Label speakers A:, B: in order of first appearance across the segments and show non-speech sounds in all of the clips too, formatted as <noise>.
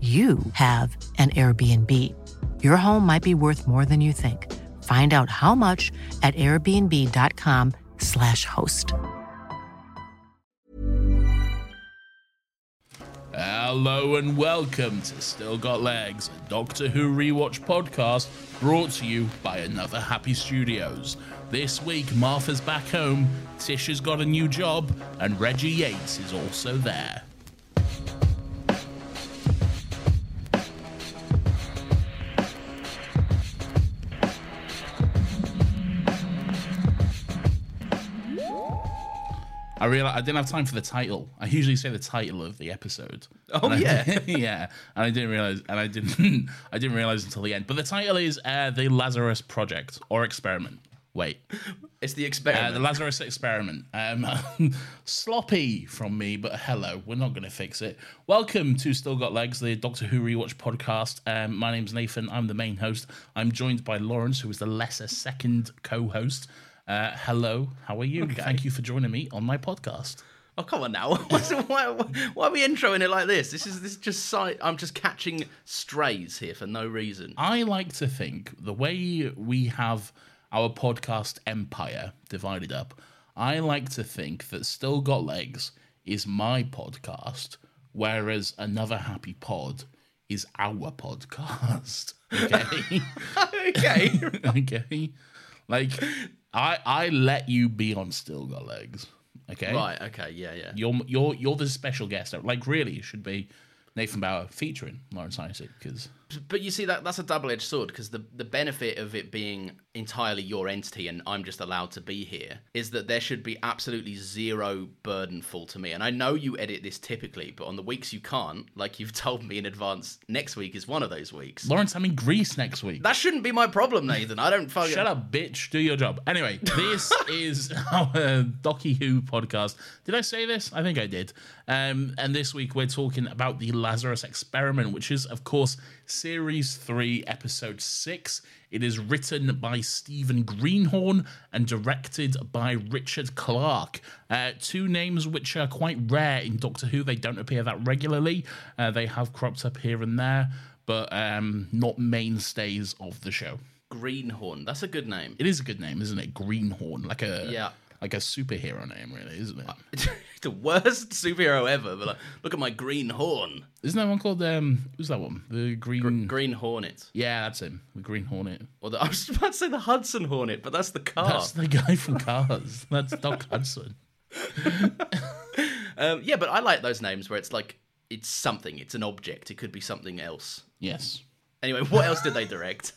A: you have an Airbnb. Your home might be worth more than you think. Find out how much at airbnb.com/slash host.
B: Hello and welcome to Still Got Legs, a Doctor Who rewatch podcast brought to you by another Happy Studios. This week, Martha's back home, Tish has got a new job, and Reggie Yates is also there. I realized I didn't have time for the title. I usually say the title of the episode. Oh yeah, <laughs> yeah. And I didn't realize, and I didn't, <laughs> I didn't realize until the end. But the title is uh, the Lazarus Project or Experiment. Wait,
C: It's the
B: uh,
C: experiment.
B: the Lazarus Experiment. Um, <laughs> sloppy from me, but hello, we're not going to fix it. Welcome to Still Got Legs, the Doctor Who rewatch podcast. Um, my name's Nathan. I'm the main host. I'm joined by Lawrence, who is the lesser second co-host. Uh, hello, how are you? Thank you for joining me on my podcast.
C: oh come on now! <laughs> What's- why, why are we introing it like this? This is this is just si- I'm just catching strays here for no reason.
B: I like to think the way we have our podcast empire divided up, I like to think that Still Got Legs is my podcast, whereas Another Happy Pod is our podcast. <laughs> Okay.
C: <laughs> <laughs>
B: <laughs>
C: okay.
B: okay. Like I I let you be on Still Got Legs. Okay.
C: Right. Okay. Yeah. Yeah.
B: You're you're you're the special guest. Like really it should be Nathan Bauer featuring Lawrence Isaac because
C: But you see that that's a double edged sword because the the benefit of it being entirely your entity and I'm just allowed to be here is that there should be absolutely zero burdenful to me. And I know you edit this typically, but on the weeks you can't, like you've <laughs> told me in advance, next week is one of those weeks.
B: Lawrence, I'm in Greece next week.
C: That shouldn't be my problem, Nathan. I don't fucking
B: <laughs> Shut up, bitch. Do your job. Anyway, this is our Docky Who podcast. Did I say this? I think I did. Um, and this week we're talking about the Lazarus Experiment, which is, of course, series three, episode six. It is written by Stephen Greenhorn and directed by Richard Clark. Uh, two names which are quite rare in Doctor Who. They don't appear that regularly. Uh, they have cropped up here and there, but um, not mainstays of the show.
C: Greenhorn. That's a good name.
B: It is a good name, isn't it? Greenhorn, like a
C: Yeah.
B: like a superhero name, really, isn't it?
C: <laughs> the worst superhero ever. But like, look at my green horn,
B: Isn't that one called um? Who's that one? The green.
C: green hornet.
B: yeah, that's him. The Green Hornet.
C: Or the, <laughs> I was about to say the Hudson Hornet, but that's the car.
B: That's the guy from Cars. <laughs> that's Doc Hudson.
C: Um, yeah, but I like those names where it's like it's something. It's an object. It could be something else.
B: Yes.
C: Anyway, what else did
B: <laughs>
C: they direct?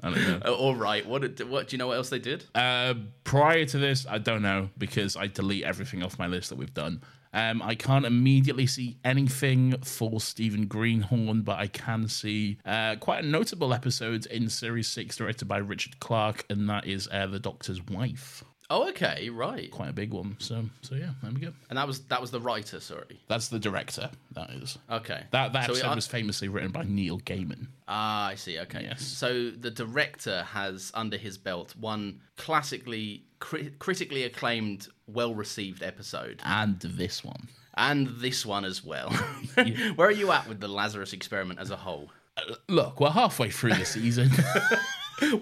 B: I don't know.
C: Uh, All right, what did, what do you know? What else they did?
B: Uh, prior to this, I don't know because I delete everything off my list that we've done. Um, I can't immediately see anything for Stephen Greenhorn, but I can see uh, quite a notable episode in Series 6 directed by Richard Clark, and that is uh, The Doctor's Wife.
C: Oh, okay, right.
B: quite a big one. So so yeah, there we go.
C: And that was that was the writer, sorry.
B: That's the director. That is
C: Okay.
B: that that
C: So we
B: episode
C: are-
B: was famously written by Neil Gaiman.
C: Ah, I see. Okay.
B: Yes.
C: So the director has under his belt one classically, cri- critically acclaimed, well-received episode,
B: and this one.
C: and this one as well. <laughs> Where are you at with the Lazarus experiment as a whole?
B: Look, we're halfway through the <laughs> season.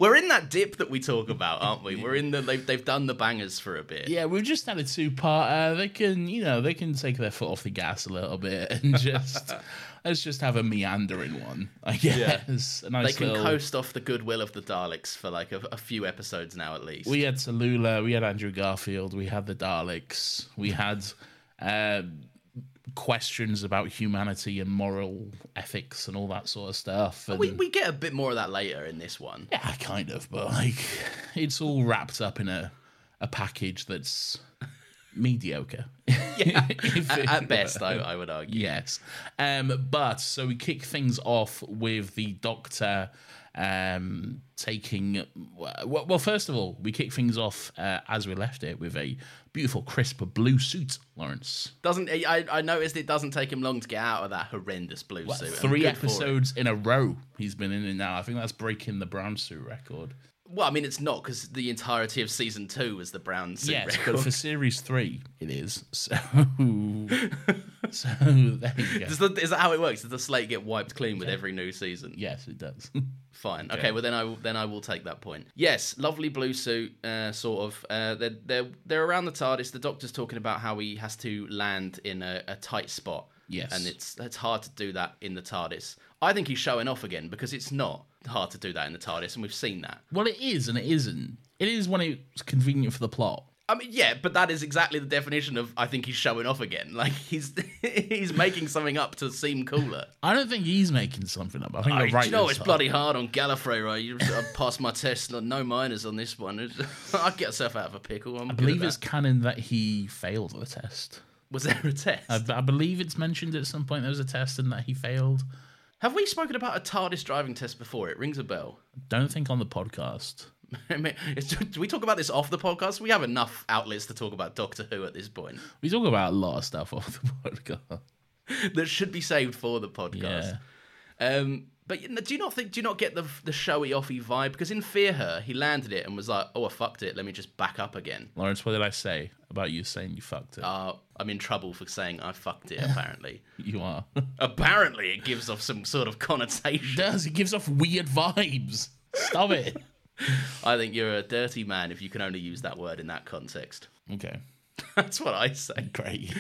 C: We're in that dip that we talk about, aren't we? We're in the they've, they've done the bangers for a bit.
B: yeah, we've just had a two-part. Uh, they can, you know, they can take their foot off the gas a little bit and <laughs> just let's just have a meandering one, I guess. A
C: They
B: nice
C: can
B: little-
C: coast off the goodwill of the Daleks for like a, a few episodes now, at least.
B: We had Salula, we had Andrew Garfield, we had the Daleks, we had
C: Mm.
B: uh, questions about humanity and moral ethics and all that sort of stuff. And
C: we we get a bit more of that later in this
B: <laughs>
C: one.
B: yeah, kind of, but like it's all wrapped up in a a package that's
C: <laughs>
B: mediocre. <laughs> Yeah,
C: At, at best, I, I would argue.
B: Yes. Um, but so we kick things off with the doctor um, taking. Well, well, first of all, we kick things off uh, as we left it with a beautiful, crisp blue suit, Lawrence.
C: Doesn't I, I noticed it doesn't take him long to get out of that horrendous blue suit. and
B: Three
C: good for him.
B: uh, episodes in a row he's been in it now. I think that's breaking the brown suit record.
C: Well, I mean, it's not because the entirety of season two was the brown suit
B: yes,
C: record.
B: but for series three, it is. <laughs>
C: <laughs>
B: So, so there you go.
C: Does the, is that how it works? Does the slate get wiped clean with every new season?
B: Yes, it does. <laughs>
C: Fine. Okay. Well, then I will- then I will take that point. Yes. Lovely blue suit. Uh, sort of. Uh, they're they're they're around the TARDIS. The Doctor's talking about how he has to land in a, a tight spot.
B: Yes.
C: And it's it's hard to do that in the TARDIS. I think he's showing off again because it's not hard to do that in the TARDIS, and we've seen that.
B: well, it is and it isn't. It is when it's convenient for the plot.
C: I mean, yeah, but that is exactly the definition of I think he's showing off again. <laughs> Like he's he's making something up to seem cooler.
B: I don't think he's making something up. I think
C: I,
B: the writers
C: you know, it's
B: are.
C: bloody hard on Gallifrey, right? You, I passed my test, no- no minors on this one. It's- <laughs> I'd get myself out of a pickle. I'm
B: I believe it's canon that he failed the test.
C: was there a test?
B: I, I believe it's mentioned at some point there was a test and that he failed.
C: Have we spoken about a TARDIS driving test before? It rings a bell. <laughs>
B: Don't think on the podcast.
C: I mean, it's- do we talk about this off the podcast? We have enough outlets to talk about Doctor Who at this point. <laughs>
B: We talk about a lot of stuff <laughs> off the podcast.
C: that should be saved for the podcast.
B: Yeah.
C: Um, but you know, do you not think? Do you not get the the showy offy vibe? Because in Fear Her, he landed it and was like, "Oh, I fucked it. Let me just back up again."
B: Lawrence, what did I say about you saying you fucked it?
C: Uh, I'm in trouble for saying I
B: <laughs>
C: fucked it. Apparently,
B: you are. <laughs>
C: apparently, it gives off some sort of connotation.
B: Does it gives off weird vibes? Stop
C: <laughs>
B: it.
C: I think you're a dirty man if you can only use that word in that context.
B: okay,
C: <laughs> That's what I say.
B: great.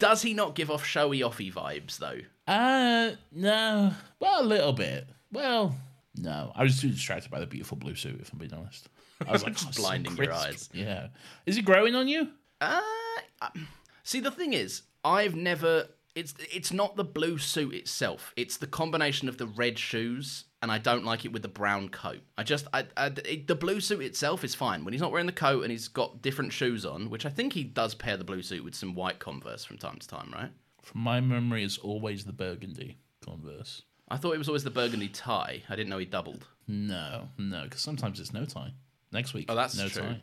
C: Does he not give off showy offy vibes though?
B: Uh, no. Well, a little bit. Well, no. I was too distracted by the beautiful blue suit, if I'm being honest. I
C: <laughs>
B: was like, oh, it's so
C: blinding your
B: crisp.
C: eyes.
B: Yeah. Is it growing on you?
C: Uh, um, see, the thing is, I've never. It's it's not the blue suit itself. It's the combination of the red shoes, and I don't like it with the brown coat. I just I, I it, the blue suit itself is fine when he's not wearing the coat and he's got different shoes on, which I think he does pair the blue suit with some white Converse from time to time, right?
B: From my memory, it's always the burgundy Converse.
C: I thought it was always the burgundy tie. I didn't know he doubled.
B: No, no, because sometimes it's no tie. Next week,
C: Oh, that's
B: no
C: true.
B: tie.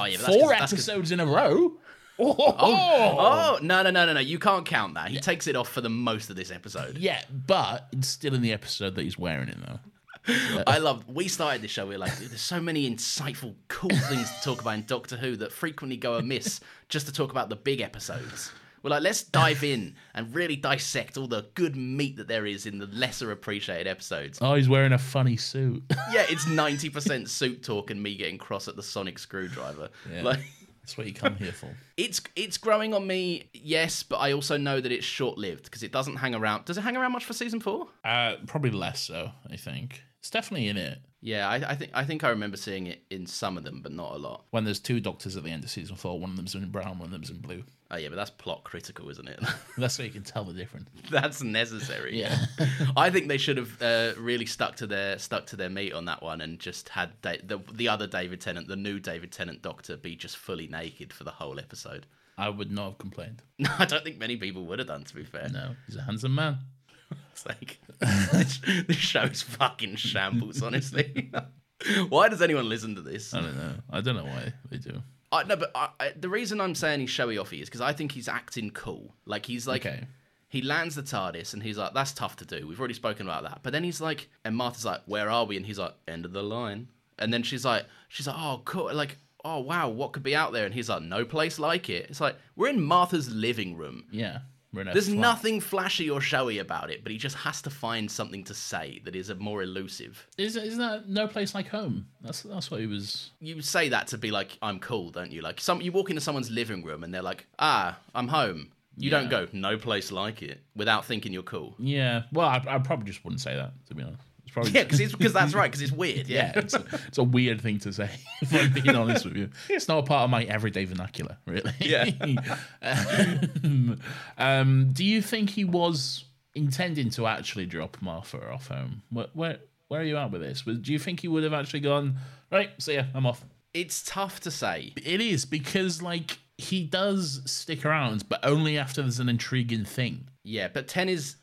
C: Oh yeah, but that's 'cause-
B: Four
C: that's 'cause-
B: episodes in a row. Oh,
C: Oh no no no no no! You can't count that. He takes it off for the most of this episode.
B: yeah, but it's still in the episode that he's wearing it though.
C: I love. We started this show. We are like, there's so many insightful, cool things to talk about in Doctor Who that frequently go amiss just to talk about the big episodes. We're like, let's dive in and really dissect all the good meat that there is in the lesser appreciated episodes.
B: Oh, he's wearing a funny suit. <laughs>
C: Yeah, it's ninety percent suit talk and me getting cross at the sonic screwdriver. Like,
B: that's what you come here for.
C: it's it's growing on me, yes, but I also know that it's short lived because it doesn't hang around. Does it hang around much for season four?
B: Uh, probably less so. I think it's definitely in it.
C: Yeah, I, I think I think I remember seeing it in some of them, but not a lot.
B: When there's two doctors at the end of season four, one of them's in brown, one of them's in blue.
C: Oh yeah, but that's plot critical, isn't it? <laughs>
B: That's so you can tell the difference.
C: That's necessary.
B: Yeah.
C: <laughs> I think they should have uh, really stuck to their stuck to their meat on that one and just had da- the the other David Tennant, the new David Tennant Doctor, be just fully naked for the whole episode. <laughs>
B: I would not have complained.
C: No, I don't think many people would have done. To be fair,
B: No, he's a handsome man.
C: it's <laughs> like this, this show's fucking shambles. Honestly, <laughs> why does anyone listen to this?
B: Uh, I don't know. I don't know why they do.
C: I, no, but I, I, the reason I'm saying he's showy offy is because I think he's acting cool. Like he's like,
B: Okay.
C: he lands the TARDIS and he's like, that's tough to do. We've already spoken about that. But then he's like, and Martha's like, where are we? And he's like, end of the line. And then she's like, she's like, oh cool, like. Oh wow, what could be out there? And he's like, no place like it. It's like we're in Martha's living room.
B: Yeah. We're in a
C: There's
B: flat.
C: nothing flashy or showy about it, but he just has to find something to say that is a more elusive.
B: Is, isn't that no place like home? That's that's what he was.
C: You say that to be like, I'm cool, don't you? Like, some you walk into someone's living room and they're like, ah, I'm home. You don't go, no place like it, without thinking you're cool.
B: Yeah. Well, I, I probably just wouldn't say that to be honest. It's probably
C: Yeah, because that's right, because it's weird.
B: yeah.
C: Yeah.
B: It's a, it's a weird thing to say. <laughs> If I'm being honest with you, it's not a part of my everyday vernacular, really.
C: Yeah.
B: <laughs> um, um, do you think he was intending to actually drop Martha off home? Where where, where are you at with this? Do you think he would have actually gone right? See ya. I'm off.
C: It's tough to say.
B: It is because like he does stick around, but only after there's an intriguing thing.
C: Yeah, but 10 is.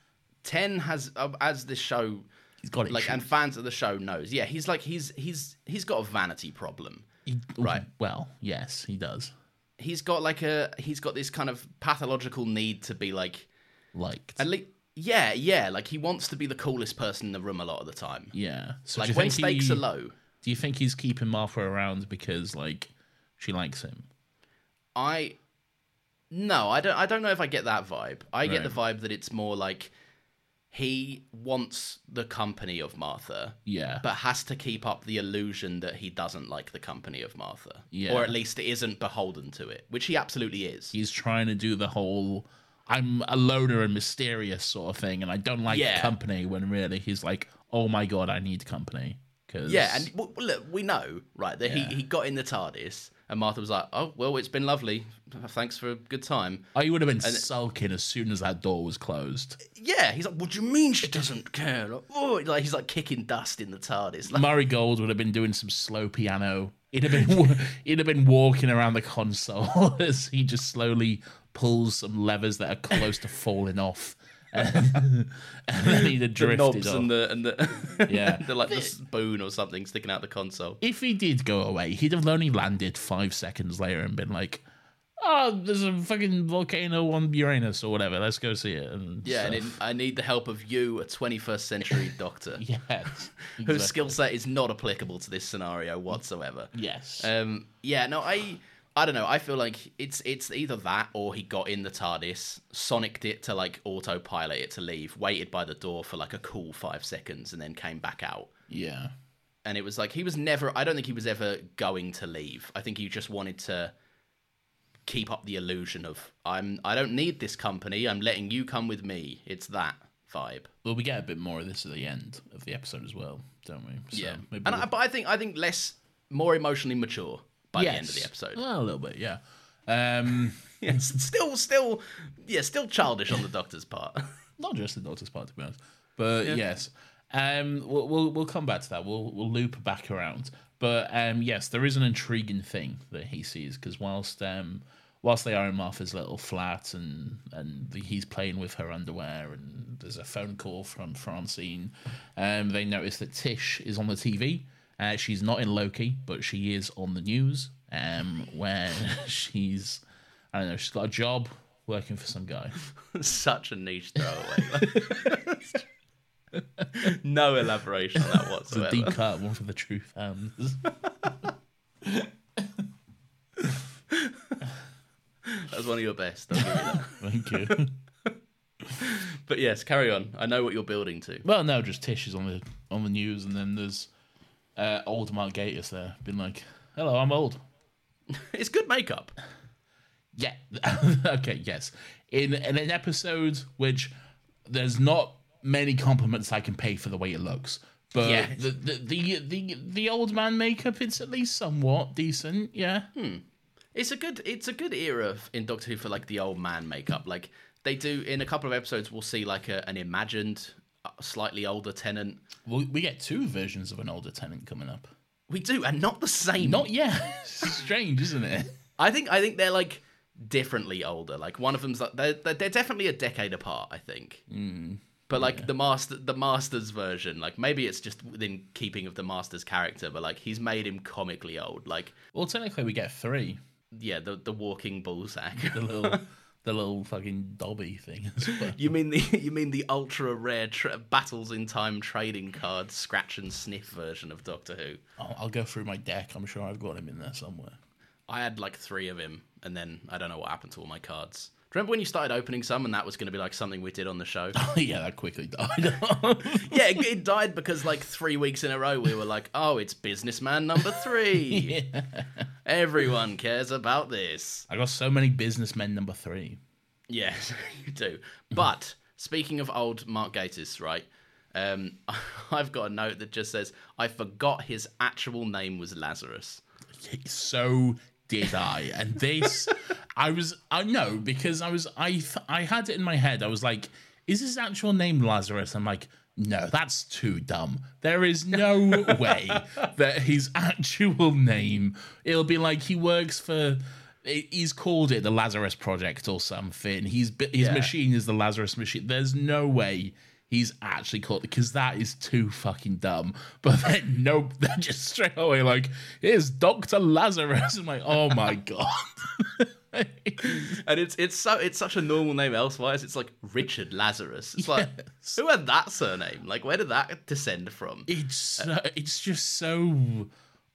C: 10 has, uh, as this show,
B: He's got it.
C: like, and fans of the show knows, yeah, he's like, he's he's he's got a vanity problem.
B: He-
C: Right.
B: Well, yes, he does.
C: He's got like a, he's got this kind of pathological need to be like,
B: Liked.
C: At least, yeah, yeah. Like he wants to be the coolest person in the room a lot of the time.
B: yeah. So do
C: like
B: you
C: when
B: think
C: stakes
B: he-
C: are low,
B: Do you think he's keeping Martha around because like she likes him?
C: I no, I don't. I don't know if I get that vibe. I get the vibe that it's more like he wants the company of Martha,
B: Yeah.
C: but has to keep up the illusion that he doesn't like the company of Martha,
B: Yeah.
C: or at least isn't beholden to it, which he absolutely is.
B: he's trying to do the whole I'm a loner and mysterious sort of thing, and I don't like
C: Yeah.
B: company. When really he's like, oh my god, I need company. Cause
C: Yeah, and w- w- look, we know, right, that he, he got in the TARDIS, and Martha was like, "Oh, well, it's been lovely. Thanks for a good time."
B: I would have been sulking as soon as that door was closed.
C: Yeah, he's like, what do you mean <laughs> she doesn't care? Like, oh, like he's like kicking dust in the TARDIS. <laughs> <laughs> Like,
B: Murray Gold would have been doing some slow piano. He'd have been
C: <laughs>
B: wa- he'd have been walking around the console <laughs> as he just slowly pulls some levers that are close to falling off, <laughs> and, and then he'd have
C: the
B: drifted
C: knobs
B: off.
C: and the and the <laughs>
B: Yeah.
C: the like the spoon or something sticking out the console.
B: if he did go away, he'd have only landed five seconds later and been like, "Oh, there's a fucking volcano on Uranus or whatever. Let's go see it." And
C: Yeah, and
B: stuff.
C: it, I need the help of you, a 21st <laughs> century
B: <laughs>
C: doctor
B: yes,
C: <laughs> whose skill set is not applicable to this scenario whatsoever.
B: yes,
C: Um, yeah, no, I, I don't know. I feel like it's it's either that or he got in the TARDIS, sonicked it to like autopilot it to leave, waited by the door for like a cool five seconds, and then came back out.
B: yeah,
C: and it was like he was never i don't think he was ever going to leave i think he just wanted to keep up the illusion of i'm i don't need this company i'm letting you come with me it's that vibe
B: Well, we get a bit more of this at the end of the episode as well, don't we? So maybe
C: and
B: we'll-
C: I, but i think i think less more emotionally mature by the end of the
B: Yes.
C: episode
B: Well, a little bit, yeah. Um,
C: yes <laughs> still still yeah still childish on the doctor's part <laughs>
B: not just the Doctor's part, to be honest. But yes, um, we'll, we'll we'll come back to that. We'll we'll loop back around. But um, yes, there is an intriguing thing that he sees because whilst um, whilst they are in Martha's little flat and and the, he's playing with her underwear and there's a phone call from Francine, um, they notice that Tish is on the TV. Uh, she's not in Loki, but she is on the news. Um, where <laughs> she's I don't know, she's got a job working for some guy.
C: such a niche throwaway <laughs> no elaboration on that
B: It's
C: whatsoever
B: a deep cut, one for the truth. Um,
C: that was one of your best I'll give you
B: <laughs>
C: that.
B: thank <laughs> you.
C: but yes carry on i know what you're building to
B: well, no, just Tish is on the on the news, and then there's uh, old Mark Gatiss there, been like, "Hello, I'm old."
C: It's good makeup.
B: Yeah. <laughs> okay. Yes. In in an episode which there's not many compliments I can pay for the way it looks, but
C: Yeah.
B: the, the the the the old man makeup it's at least somewhat decent. Yeah.
C: It's a good it's a good era f- in Doctor Who for like the old man makeup. Like they do in a couple of episodes we'll see like a, an imagined uh, slightly older tenant.
B: We, we get two versions of an older tenant coming up.
C: We do and not the same.
B: Not yet. <laughs> Strange, isn't it?
C: I think I think they're like differently older. Like one of them's like they're, they're, they're definitely a decade apart, I think.
B: Hmm.
C: But like the master the master's version, like maybe it's just within keeping of the master's character, but like he's made him comically old. Like
B: Well, technically, we get three
C: yeah, the the walking ballsack.
B: The little, the little fucking Dobby thing. as well.
C: You mean the <laughs> you mean the ultra rare tra- battles in time trading card scratch and sniff version of Doctor Who?
B: I'll, I'll go through my deck. I'm sure I've got him in there somewhere. <laughs>
C: I had like three of him, and then I don't know what happened to all my cards. Do you remember when you started opening some, and that was going to be like something we did on the show?
B: yeah, that quickly died. <laughs>
C: yeah, it, it died because like three weeks in a row we were like, "Oh, it's businessman number three. Everyone cares about this."
B: I got so many businessmen number three.
C: Yes, <laughs> you do. But speaking of old Mark Gatiss, right? Um, <laughs> I've got a note that just says, "I forgot his actual name was Lazarus."
B: so did I. And this, I was, I know because I was, I, th- I had it in my head. I was like, is his actual name Lazarus? I'm like, no, that's too dumb. There is no way that his actual name. It'll be like he works for. he- He's called it the Lazarus Project or something. He's bi- his
C: Yeah.
B: machine is the Lazarus machine. There's no way he's actually called because that is too fucking dumb. <laughs> But then nope, <laughs> they're just straight away like, here's Doctor Lazarus. <laughs> I'm like, oh my god.
C: And it's it's so it's such a normal name elsewise. It's like Richard Lazarus. It's like who had that surname? Like where did that descend from?
B: <laughs> It's so, it's just so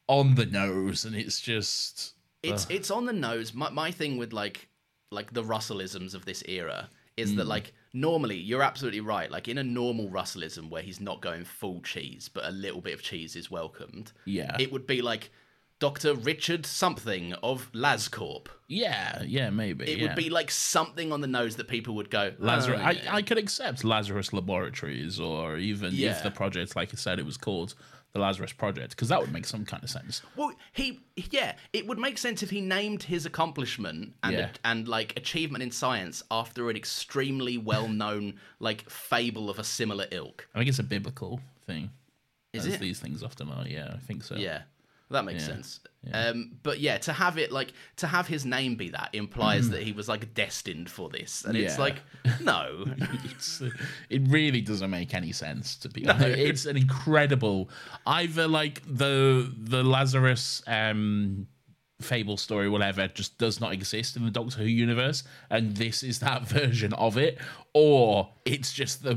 B: on the nose, and it's just
C: It's it's on the nose. My my thing with like like the Russellisms of this era is
B: Hmm.
C: that like normally you're absolutely right. Like in a normal Russellism where he's not going full cheese, but a little bit of cheese is welcomed.
B: Yeah.
C: It would be like Dr. Richard something of LazCorp.
B: yeah, yeah, maybe
C: It
B: yeah.
C: would be like something on the nose that people would go,
B: Lazarus.
C: "Oh,
B: I,
C: yeah."
B: I could accept Lazarus Laboratories, or even
C: Yeah.
B: if the project, like I said, it was called the Lazarus Project, because that would make some kind of sense.
C: Well, he yeah, it would make sense if he named his accomplishment and
B: Yeah.
C: and like achievement in science after an extremely well-known like fable of a similar ilk.
B: I think it's a biblical thing.
C: Is
B: as
C: it?
B: These things often are. Yeah, I think so.
C: Yeah. That makes sense. Um, but yeah, to have it like to have his name be that implies that he was like destined for this, and it's
B: Yeah.
C: like no,
B: it's it really doesn't make any sense
C: <laughs>
B: to be honest. It's an incredible either like the the Lazarus um fable story whatever just does not exist in the Doctor Who universe and this is that <laughs> version of it or it's just the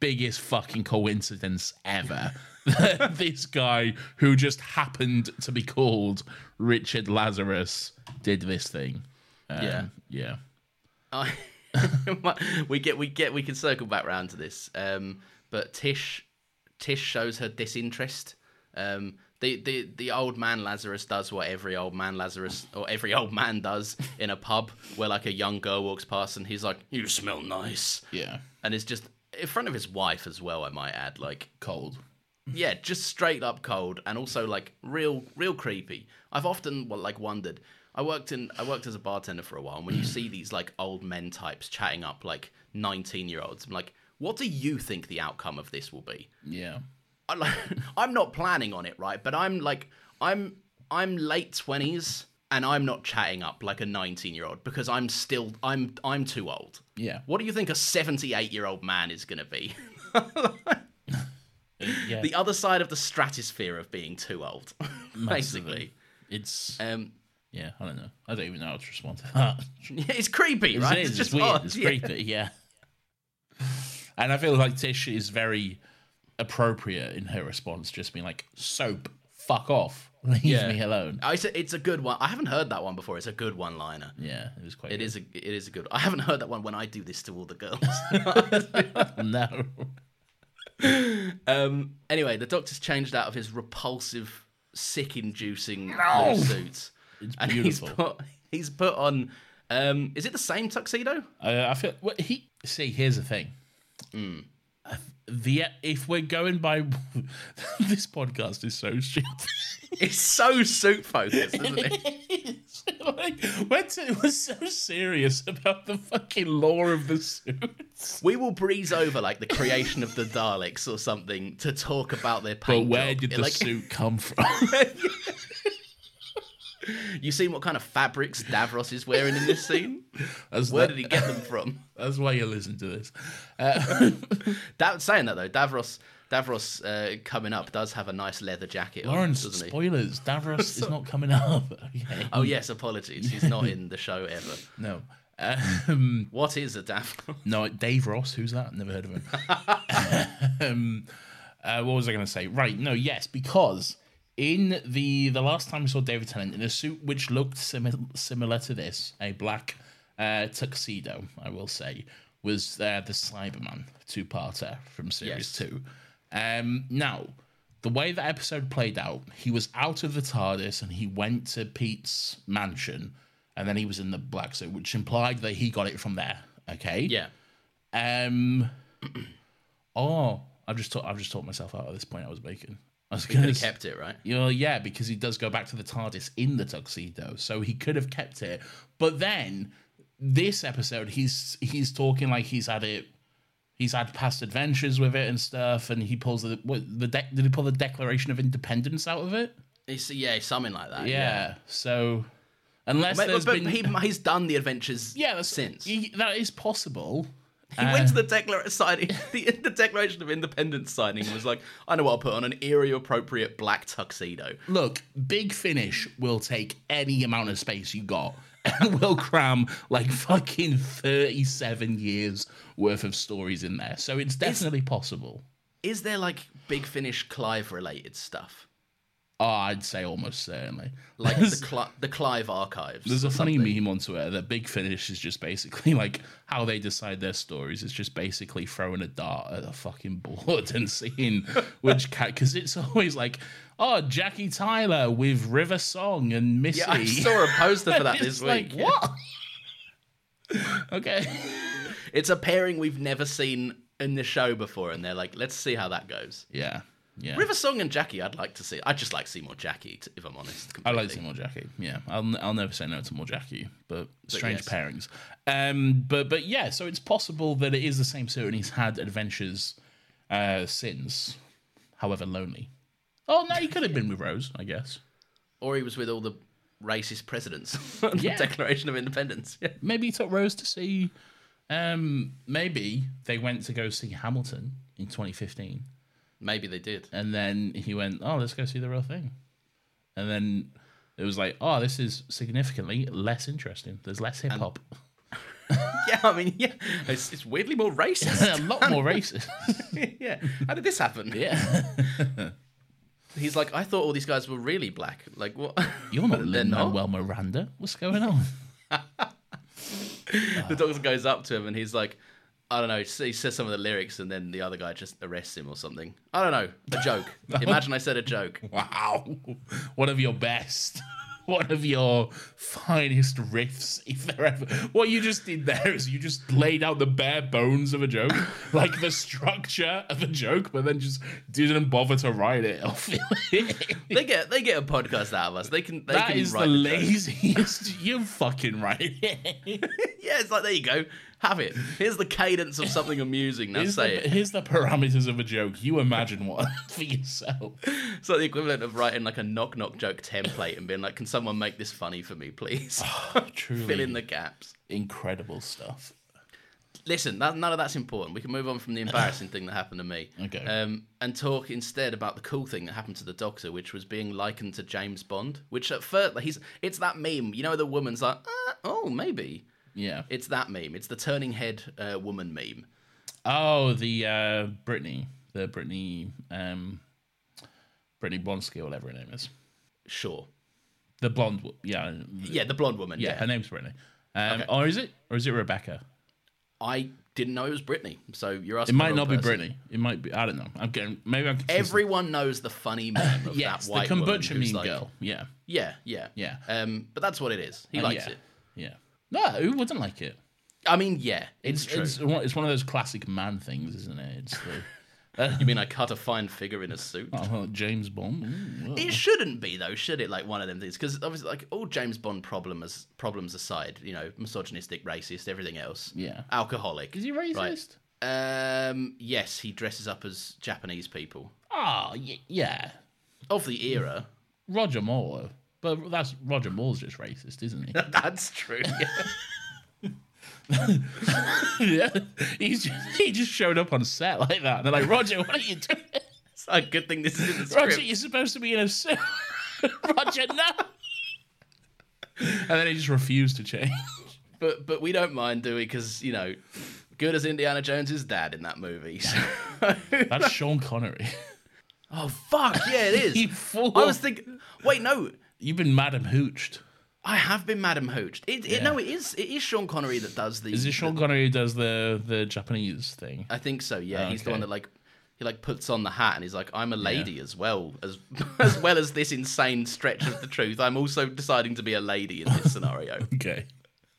B: biggest fucking coincidence ever <laughs> that this guy who just happened to be called Richard Lazarus did this thing Um,
C: <laughs> Yeah.
B: yeah
C: I, <laughs> we get we get we can circle back round to this. Um, but Tish Tish shows her disinterest. Um, the, the the old man Lazarus does what every old man Lazarus or every old man does in a pub where like a young girl walks past and he's like, "You smell nice,"
B: yeah
C: and it's just in front of his wife as well. I might add, like,
B: cold
C: yeah, just straight up cold and also like real real creepy. I've often well, like wondered. I worked in I worked as a bartender for a while, and when you see these like old men types chatting up like 19-year-olds, I'm like, what do you think the outcome of this will be?
B: yeah
C: I, like, <laughs> I'm not planning on it, right? But I'm like, I'm I'm late twenties, and I'm not chatting up like a 19 year old because I'm still I'm I'm too old.
B: Yeah.
C: What do you think a 78 year old man is gonna
B: <laughs>
C: be? The other side of the stratosphere of being too old, <laughs> basically.
B: it's
C: Um,
B: Yeah, I don't know. I don't even know how to respond to that. <laughs>
C: yeah, it's creepy,
B: It
C: right?
B: is, It's,
C: <laughs>
B: weird.
C: odd,
B: It's
C: yeah.
B: creepy. Yeah. And I feel like Tish is very appropriate in her response, just being like, "Soap, fuck off, leave
C: Yeah.
B: me alone."
C: I- It's a, it's a good one. I haven't heard that one before. It's a good one liner.
B: Oh, Yeah, it was quite.
C: It is a it is a good. I haven't heard that one when I do this to all the girls. <laughs>
B: <laughs> no.
C: Um, anyway, the doctor's changed out of his repulsive, sick-inducing blue suit,
B: It's
C: and
B: beautiful.
C: he's put he's put on. Um, is it the same tuxedo?
B: Uh, I feel well, he see. Here's the thing.
C: Mm.
B: Uh, The if we're going by <laughs> this podcast is so stupid.
C: It's so suit focused, isn't it?
B: <laughs> like, went it was so serious about the fucking lore of the suits.
C: we will breeze over like the creation of the Daleks or something to talk about their
B: But
C: paint.
B: where
C: job.
B: did the
C: like, <laughs>
B: suit come from?
C: You seen what kind of fabrics Davros is wearing in this scene?
B: That's
C: Where
B: that-
C: did he get them from? <laughs>
B: That's why you listen to this. Uh,
C: That, saying that though, Davros Davros uh, coming up does have a nice leather jacket. on,
B: Lawrence,
C: doesn't he?
B: spoilers. Davros
C: <laughs>
B: is not coming up. <laughs> Okay.
C: Oh yes, apologies.
B: <laughs>
C: He's not in the show ever.
B: No. Um,
C: What is a <laughs> Davros?
B: no, Dave Ross. Who's that? Never heard of him. um, uh, what was I going to say? Right. No. Yes, because in the the last time we saw David Tennant in a suit which looked simi- similar to this, a black uh, tuxedo, I will say, was uh, the Cyberman two parter from series
C: Yes.
B: two. Um, now, the way the episode played out, he was out of the TARDIS and he went to Pete's mansion, and then he was in the black suit, which implied that he got it from there. Okay.
C: Yeah.
B: Um. <clears throat> oh, I've just taught, I've just taught myself out of this point I was making. I was
C: He
B: going
C: could
B: to
C: have kept it, right?
B: You know, yeah, because he does go back to the TARDIS in the tuxedo, so he could have kept it. But then this episode, he's he's talking like he's had it. He's had past adventures with it and stuff, and he pulls the what the de- did he pull the Declaration of Independence out of it?
C: He's, yeah, something like that.
B: Yeah. So unless
C: Uh, But,
B: there's
C: but
B: been
C: he, he's done the adventures
B: yeah, Uh, that's,
C: since. He,
B: he, that is possible.
C: went to the, declara- <laughs> signing, the, the Declaration of Independence signing and was like, I know what I'll put on an eerie appropriate black tuxedo.
B: look, Big Finish will take any amount of space you got <laughs> and will cram like fucking 37 years worth of stories in there. So it's definitely possible.
C: Is there like Big Finish Clive related stuff?
B: Oh, I'd say almost certainly.
C: Like the, Cli- the Clive archives.
B: <laughs> There's
C: or
B: a funny
C: something?
B: meme on Twitter that Big Finish is just basically like how they decide their stories is just basically throwing a dart at a fucking board <laughs> and seeing which cat because it's always like, oh, Jackie Tyler with River Song and Missy.
C: Yeah, I saw a poster for that
B: <laughs>
C: this
B: It's like,
C: week.
B: what? okay.
C: It's a pairing we've never seen in the show before, and they're like, let's see how that goes.
B: Yeah. Yeah.
C: River Song and Jackie, I'd like to see. I'd just like to see more Jackie, t- if I'm honest.
B: I like
C: completely.
B: to see more Jackie. Yeah, I'll I'll never say no to more Jackie, but strange
C: yes.
B: pairings. Um, but but yeah, so it's possible that it is the same suit and he's had adventures uh, since, however lonely. Oh no, he could have been with Rose, I guess.
C: Or he was with all the racist presidents. <laughs>
B: Yeah.
C: the Declaration of Independence. <laughs> Yeah.
B: Maybe he took Rose to see. Um, maybe they went to go see Hamilton in 2015,
C: Maybe they did.
B: and then he went, "Oh, let's go see the real thing," and then it was like, "Oh, this is significantly less interesting. There's less hip hop." <laughs>
C: Yeah, I mean, yeah. It's, it's weirdly more
B: a <laughs>
C: racist.
B: lot more
C: <laughs>
B: racist.
C: yeah. How did this happen?
B: yeah.
C: <laughs> He's like, I thought all these guys were really black. Like, what? <laughs>
B: You're not
C: They're
B: Lin
C: not.
B: Manuel Miranda. What's going on?
C: the doctor goes up to him and he's like, I don't know. He says some of the lyrics and then the other guy just arrests him or something. I don't know. A joke.
B: <laughs>
C: Imagine I said a joke.
B: Wow. <laughs> One of your best. <laughs> One of your finest riffs, <laughs> if there ever. What you just did there is you just laid out the bare bones of a
C: <laughs>
B: joke, like the structure of a joke, but then just didn't bother to write it. or feel <laughs> it.
C: They get they get a podcast out of us. They can. They
B: That
C: can
B: is
C: write
B: the
C: joke.
B: laziest. you fucking right.
C: <laughs> Yeah, it's like there you go. Have it. Here's the cadence of something amusing. Now
B: Here's
C: say
B: the,
C: it.
B: here's the parameters of a joke. You imagine one <laughs> for yourself.
C: It's like the equivalent of writing like a knock knock joke template and being like, "Can someone make this funny for me, please?
B: Oh, Truly.
C: Fill in the gaps."
B: incredible stuff.
C: Listen, that, none of that's important. We can move on from the embarrassing thing that happened to me,
B: Okay.
C: um, and talk instead about the cool thing that happened to the Doctor, which was being likened to James Bond. Which at first, like, he's it's that meme. You know, the woman's like, uh, "Oh, maybe."
B: Yeah.
C: It's that meme. It's the turning head uh, woman meme.
B: oh, the uh Brittany, the Brittany um Brittany Blonsky or whatever her name is.
C: Sure.
B: The blonde wo- yeah, yeah,
C: Yeah, the blonde woman. Yeah.
B: her name's Brittany. Um, or is it or is it Rebecca?
C: I didn't know it was Britney, so you're
B: It
C: asking. the
B: might
C: wrong
B: not be
C: person.
B: Brittany. It might be I don't know. I'm getting maybe I'm confused.
C: Everyone knows the funny
B: <laughs>
C: meme of
B: yes,
C: that
B: the
C: white woman
B: kombucha
C: who's
B: mean
C: like-
B: girl. Yeah.
C: Yeah, yeah,
B: Yeah. Uh,
C: Um, but that's what it is. He likes
B: yeah.
C: it.
B: Yeah. No, who wouldn't like it?
C: I mean, yeah, it's,
B: It's
C: true.
B: it's one, it's one of those classic man things, isn't it? It's the <laughs>
C: You mean I cut a fine figure in a suit?
B: oh, James Bond. Ooh, well.
C: It shouldn't be though, should it? Like one of them things, because obviously, like all James Bond problems problems aside, you know, misogynistic, racist, everything else.
B: Yeah.
C: alcoholic.
B: Is he racist?
C: Right. Um, yes, he dresses up as Japanese people
B: Oh, y- yeah.
C: of the
B: <laughs>
C: era.
B: Roger Moore. But that's Roger Moore's just racist, <laughs> isn't
C: that's true. yeah. <laughs>
B: he? yeah. He's just, he just showed up on set like that. They're like, Roger, what are you doing?
C: It's a good thing this is in the script.
B: Roger, you're supposed to be in a suit. <laughs> Roger, no. and then he just refused to change. <laughs>
C: but but we don't mind, do we? Because you know, good as Indiana Jones is dad in that movie. so- <laughs>
B: That's Sean Connery. <laughs>
C: oh fuck, yeah, it <laughs> is.
B: You fool.
C: I was thinking. Wait, no,
B: You've been madam hooched.
C: I have been Madam Hooched. It, it, no, it is it is Sean Connery that does the.
B: Is it Sean Connery who does the the Japanese thing?
C: I think so. Yeah, he's the
B: okay.
C: one that like he like puts on the hat and he's like, I'm a lady as well as <laughs> as well as this insane stretch of the truth. I'm also deciding to be a lady in this scenario.
B: Okay.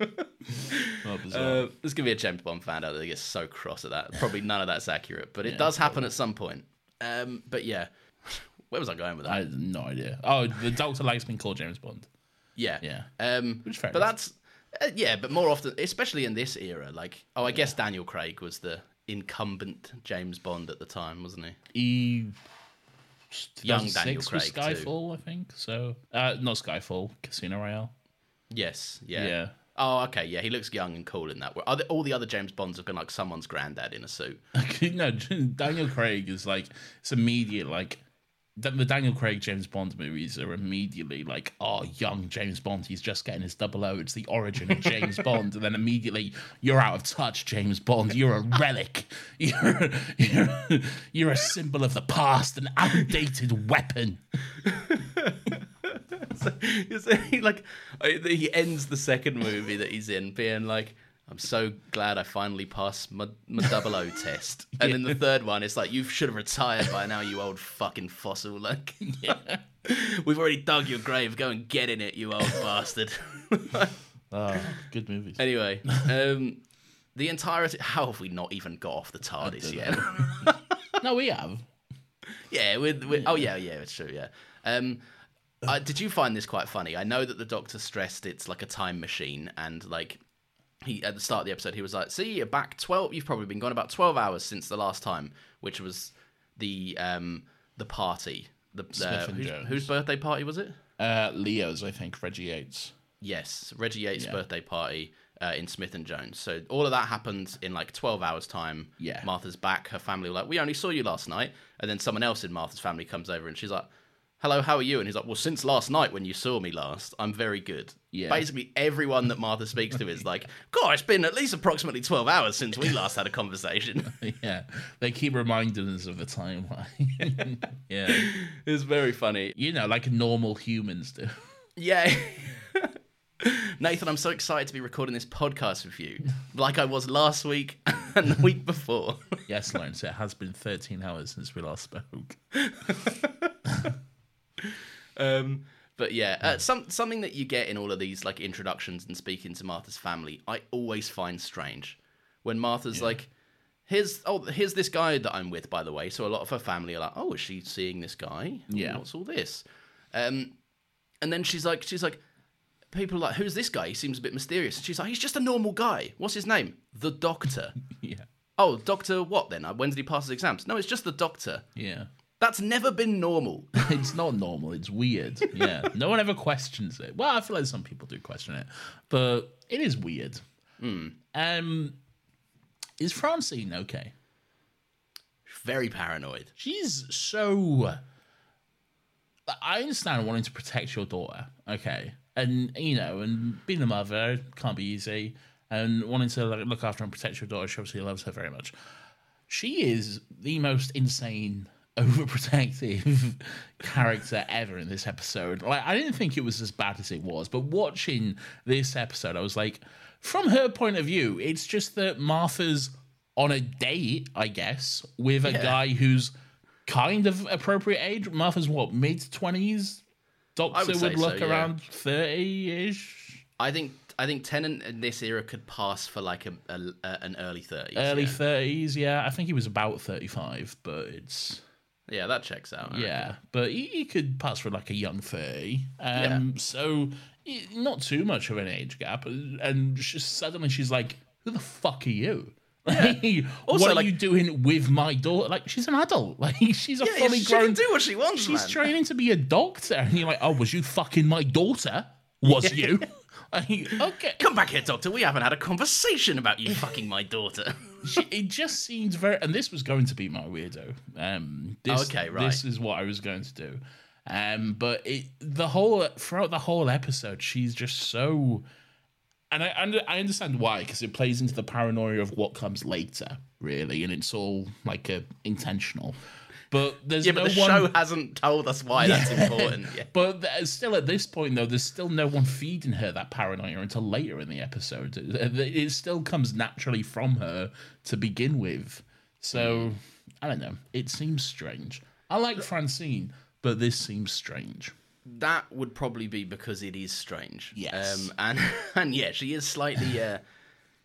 B: Well, bizarre.
C: Uh, there's gonna be a James Bond fan out there that gets so cross at that. Probably none of that's accurate,
B: <laughs>
C: but it does happen at some point. Um, but yeah, <laughs> where was I going with that?
B: I had no idea. Oh, the Doctor Lang's been called James Bond.
C: yeah,
B: Yeah.
C: Um,
B: Which is fair
C: but
B: enough.
C: that's uh, yeah, but more often, especially in this era, like oh, I guess Daniel Craig was the incumbent James Bond at the time, wasn't he?
B: He
C: Young
B: 2006
C: Daniel
B: was
C: Craig too.
B: Skyfall, I think. So uh, not Skyfall, Casino Royale. <laughs>
C: Yes. Yeah.
B: Yeah.
C: Oh, okay. Yeah, he looks young and cool in that. Are the- All the other James Bonds have been like someone's granddad in a suit.
B: no, <laughs> Daniel Craig is like it's immediate. Like the, the Daniel Craig James Bond movies are immediately like, oh, young James Bond. He's just getting his double O. It's the origin of
C: <laughs>
B: James Bond, and then immediately you're out of touch, James Bond. You're a relic. <laughs> You're you're, you're a symbol of the past, an outdated weapon.
C: <laughs> You see, like I- he ends the second movie that he's in being like i'm so glad i finally passed my, my double o test and in the third one it's like you should have retired by now you old fucking fossil <laughs> like we've already dug your grave go and get in it you old bastard <laughs>
B: Oh, good movies.
C: anyway um the entirety how have we not even got off the tardis yet
B: No, we have.
C: Yeah, with, with oh yeah, yeah, it's true. Yeah. Um, I, did you find this quite funny? I know that the Doctor stressed it's like a time machine, and like he at the start of the episode he was like, "See, you're back twelve. You've probably been gone about twelve hours since the last time, which was the um the party, the uh,
B: and
C: whose,
B: Jones.
C: whose birthday party was it?
B: Uh, Leo's, I think. Reggie Yates.
C: Yes, Reggie Yates' birthday party uh, in Smith and Jones. So all of that happened in like twelve hours time.
B: Yeah.
C: Martha's back. Her family were like, "We only saw you last night," and then someone else in Martha's family comes over and she's like, "Hello, how are you?" And he's like, "Well, since last night when you saw me last, I'm very good."
B: Yeah.
C: Basically, everyone that Martha speaks to is like, "God, it's been at least approximately twelve hours since we last had a conversation." <laughs>
B: <laughs> Yeah, they keep reminding us of the timeline. <laughs> yeah.
C: it's very funny.
B: you know, like normal humans do. <laughs>
C: Yeah. <laughs> Nathan, I'm so excited to be recording this podcast with you, like I was last week <laughs> and the week before. <laughs>
B: Yes, Lawrence, it has been 13 hours since we last spoke. <laughs>
C: Um, but yeah, uh, some something that you get in all of these like introductions and speaking to Martha's family, I always find strange when Martha's like, "Here's oh, here's this guy that I'm with, by the way." So a lot of her family are like, "Oh, is she seeing this guy? Ooh,
B: Yeah.
C: what's all this?" Um, and then she's like, she's like, people are like, "Who's this guy? He seems a bit mysterious." And she's like, "He's just a normal guy. What's his name? The Doctor."
B: Yeah.
C: oh, Doctor what then? Uh, When did he pass his exams? No, it's just the Doctor.
B: Yeah. <laughs>
C: That's never been normal. <laughs>
B: It's not normal, it's weird. Yeah. No one ever questions it. Well, I feel like some people do question it, but it is weird. Um is Francine okay?
C: Very paranoid.
B: She's so. I understand wanting to protect your daughter, okay, and you know, and being a mother can't be easy, and wanting to like, look after and protect your daughter. She obviously loves her very much. She is the most insane, <laughs> overprotective <laughs> character ever in this episode. Like, I didn't think it was as bad as it was, but watching this episode, I was like, from her point of view, it's just that Martha's on a date, I guess, with a guy who's kind of appropriate age. Martha's what, mid 20s? Doctor would,
C: say so,
B: look
C: yeah.
B: around 30 ish.
C: I think I think Tennant in this era could pass for like a, a- a- an early thirties.
B: Early
C: yeah.
B: 30s, yeah. I think he was about 35, but it's.
C: yeah, that checks out. I reckon.
B: Yeah, but he, he could pass for like a young 30. Um, So i- not too much of an age gap. And she, suddenly she's like, who the fuck are you? <laughs> Like, what are
C: like-
B: you doing with my daughter? Like, she's an adult. <laughs> Like, she's a
C: Yeah,
B: fully
C: she
B: grown.
C: can do what she wants.
B: she's
C: man.
B: training to be a doctor. And you're like, oh, was you <laughs> fucking my daughter? Was you? okay.
C: <laughs> Come back here, Doctor. We haven't had a conversation about you fucking my daughter.
B: She- it just seems very and this was going to be my weirdo um this,
C: Okay, right.
B: this is what i was going to do um but it the whole throughout the whole episode she's just so and i under, i understand why because it plays into the paranoia of what comes later really and it's all like a intentional but there's
C: <laughs> yeah, but
B: no
C: the
B: one
C: show hasn't told us why that's important. Yeah.
B: <laughs> but th- uh, still, at this point, though, there's still no one feeding her that paranoia until later in the episode. It it still comes naturally from her to begin with.
C: Mm.
B: So, I don't know. It seems strange. I like Francine, but this seems strange.
C: That would probably be because it is strange.
B: Yes.
C: Um, and <laughs> and yeah, she is slightly. Uh,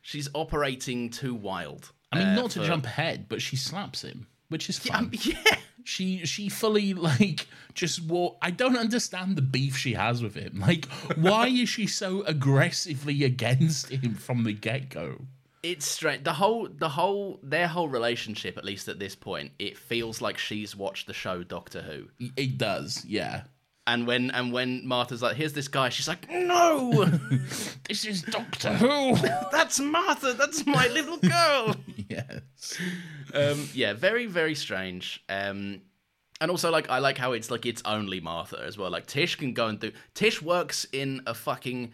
C: she's operating too wild.
B: I mean,
C: uh,
B: not to
C: for-
B: jump ahead, but she slaps him, which is fun.
C: Um, <laughs> yeah.
B: She she fully <laughs> like just walk. I don't understand the beef she has with him. Like, why is she so aggressively against him from the get go?
C: It's strange. The whole, the whole, their whole relationship, at least at this point, it feels like she's watched the show Doctor Who.
B: It does, yeah.
C: And when and when Martha's like, "Here's this guy," she's like, "No, <laughs>
B: This is Doctor Who. <laughs>
C: that's Martha. That's my little girl."
B: yes.
C: um, yeah, very very strange. Um, and also like I like how it's like it's only Martha as well. Like Tish can go and do. Tish works in a fucking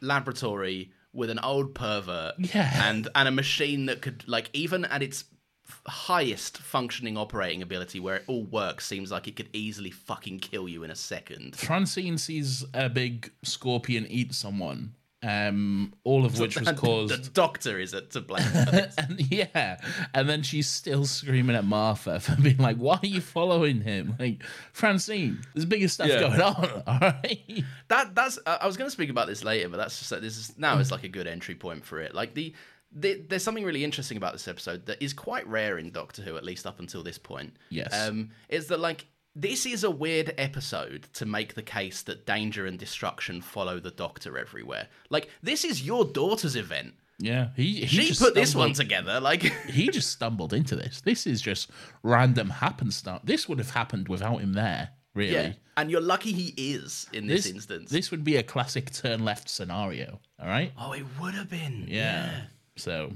C: laboratory with an old pervert
B: <laughs> Yeah.
C: and and a machine that could like even at its f- highest functioning operating ability where it all works seems like it could easily fucking kill you in a second
B: Francine sees a big scorpion eat someone. Um, all of
C: <laughs>
B: which was
C: And
B: caused.
C: the doctor is at to blame
B: <laughs>
C: for this.
B: and yeah, and then she's still screaming at Martha for being like, "Why are you following him?" Like Francine, there's bigger stuff
C: Yeah.
B: going on. <laughs> All right.
C: that that's uh, I was going to speak about this later, but that's just like this is now is like a good entry point for it. Like the, the there's something really interesting about this episode that is quite rare in Doctor Who, at least up until this point.
B: Yes.
C: um, is that like this is a weird episode to make the case that danger and destruction follow the Doctor everywhere. Like this is your daughter's event.
B: Yeah, he, he
C: She
B: just
C: put this
B: stumbled-
C: one together. Like <laughs>
B: He just stumbled into this. This is just random happenstance. This would have happened without him there, really.
C: yeah, and you're lucky he is in this, instance.
B: This would be a classic turn left scenario. All right.
C: oh, it would have been.
B: Yeah. So,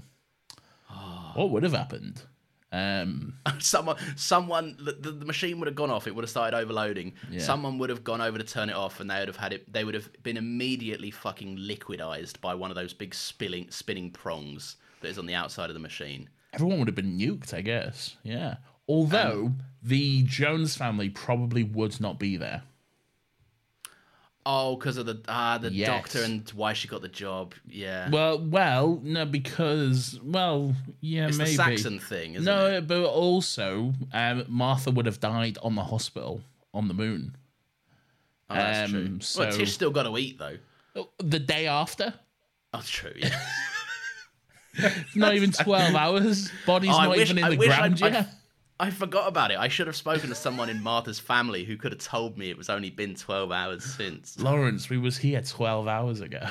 B: what would have happened? Um,
C: someone someone the, the the machine would have gone off it would have started overloading someone would have gone over to turn it off and they would have had it they would have been immediately fucking liquidized by one of those big spilling spinning prongs that is on the outside of the machine
B: everyone would have been nuked, I guess. Yeah. Although the Jones family probably would not be there.
C: oh because of the ah the
B: Yes.
C: doctor and why she got the job yeah
B: Well, well, no, because well, yeah,
C: it's
B: maybe
C: the saxon thing isn't
B: no,
C: it
B: but also um, Martha would have died on the hospital on the moon.
C: oh,
B: um,
C: that's true
B: so-
C: well tish still got to eat though
B: The day after,
C: oh true
B: <laughs>
C: yeah
B: not even
C: <laughs>
B: twelve hours. Body's
C: Oh, I
B: not
C: wish-
B: even in
C: I
B: the
C: wish I-
B: ground
C: I-
B: yet.
C: <laughs> I forgot about it. I should have spoken to someone in Martha's family who could have told me it was only been 12
B: <laughs>
C: hours since.
B: Lawrence, we was here twelve hours
C: <laughs>
B: ago.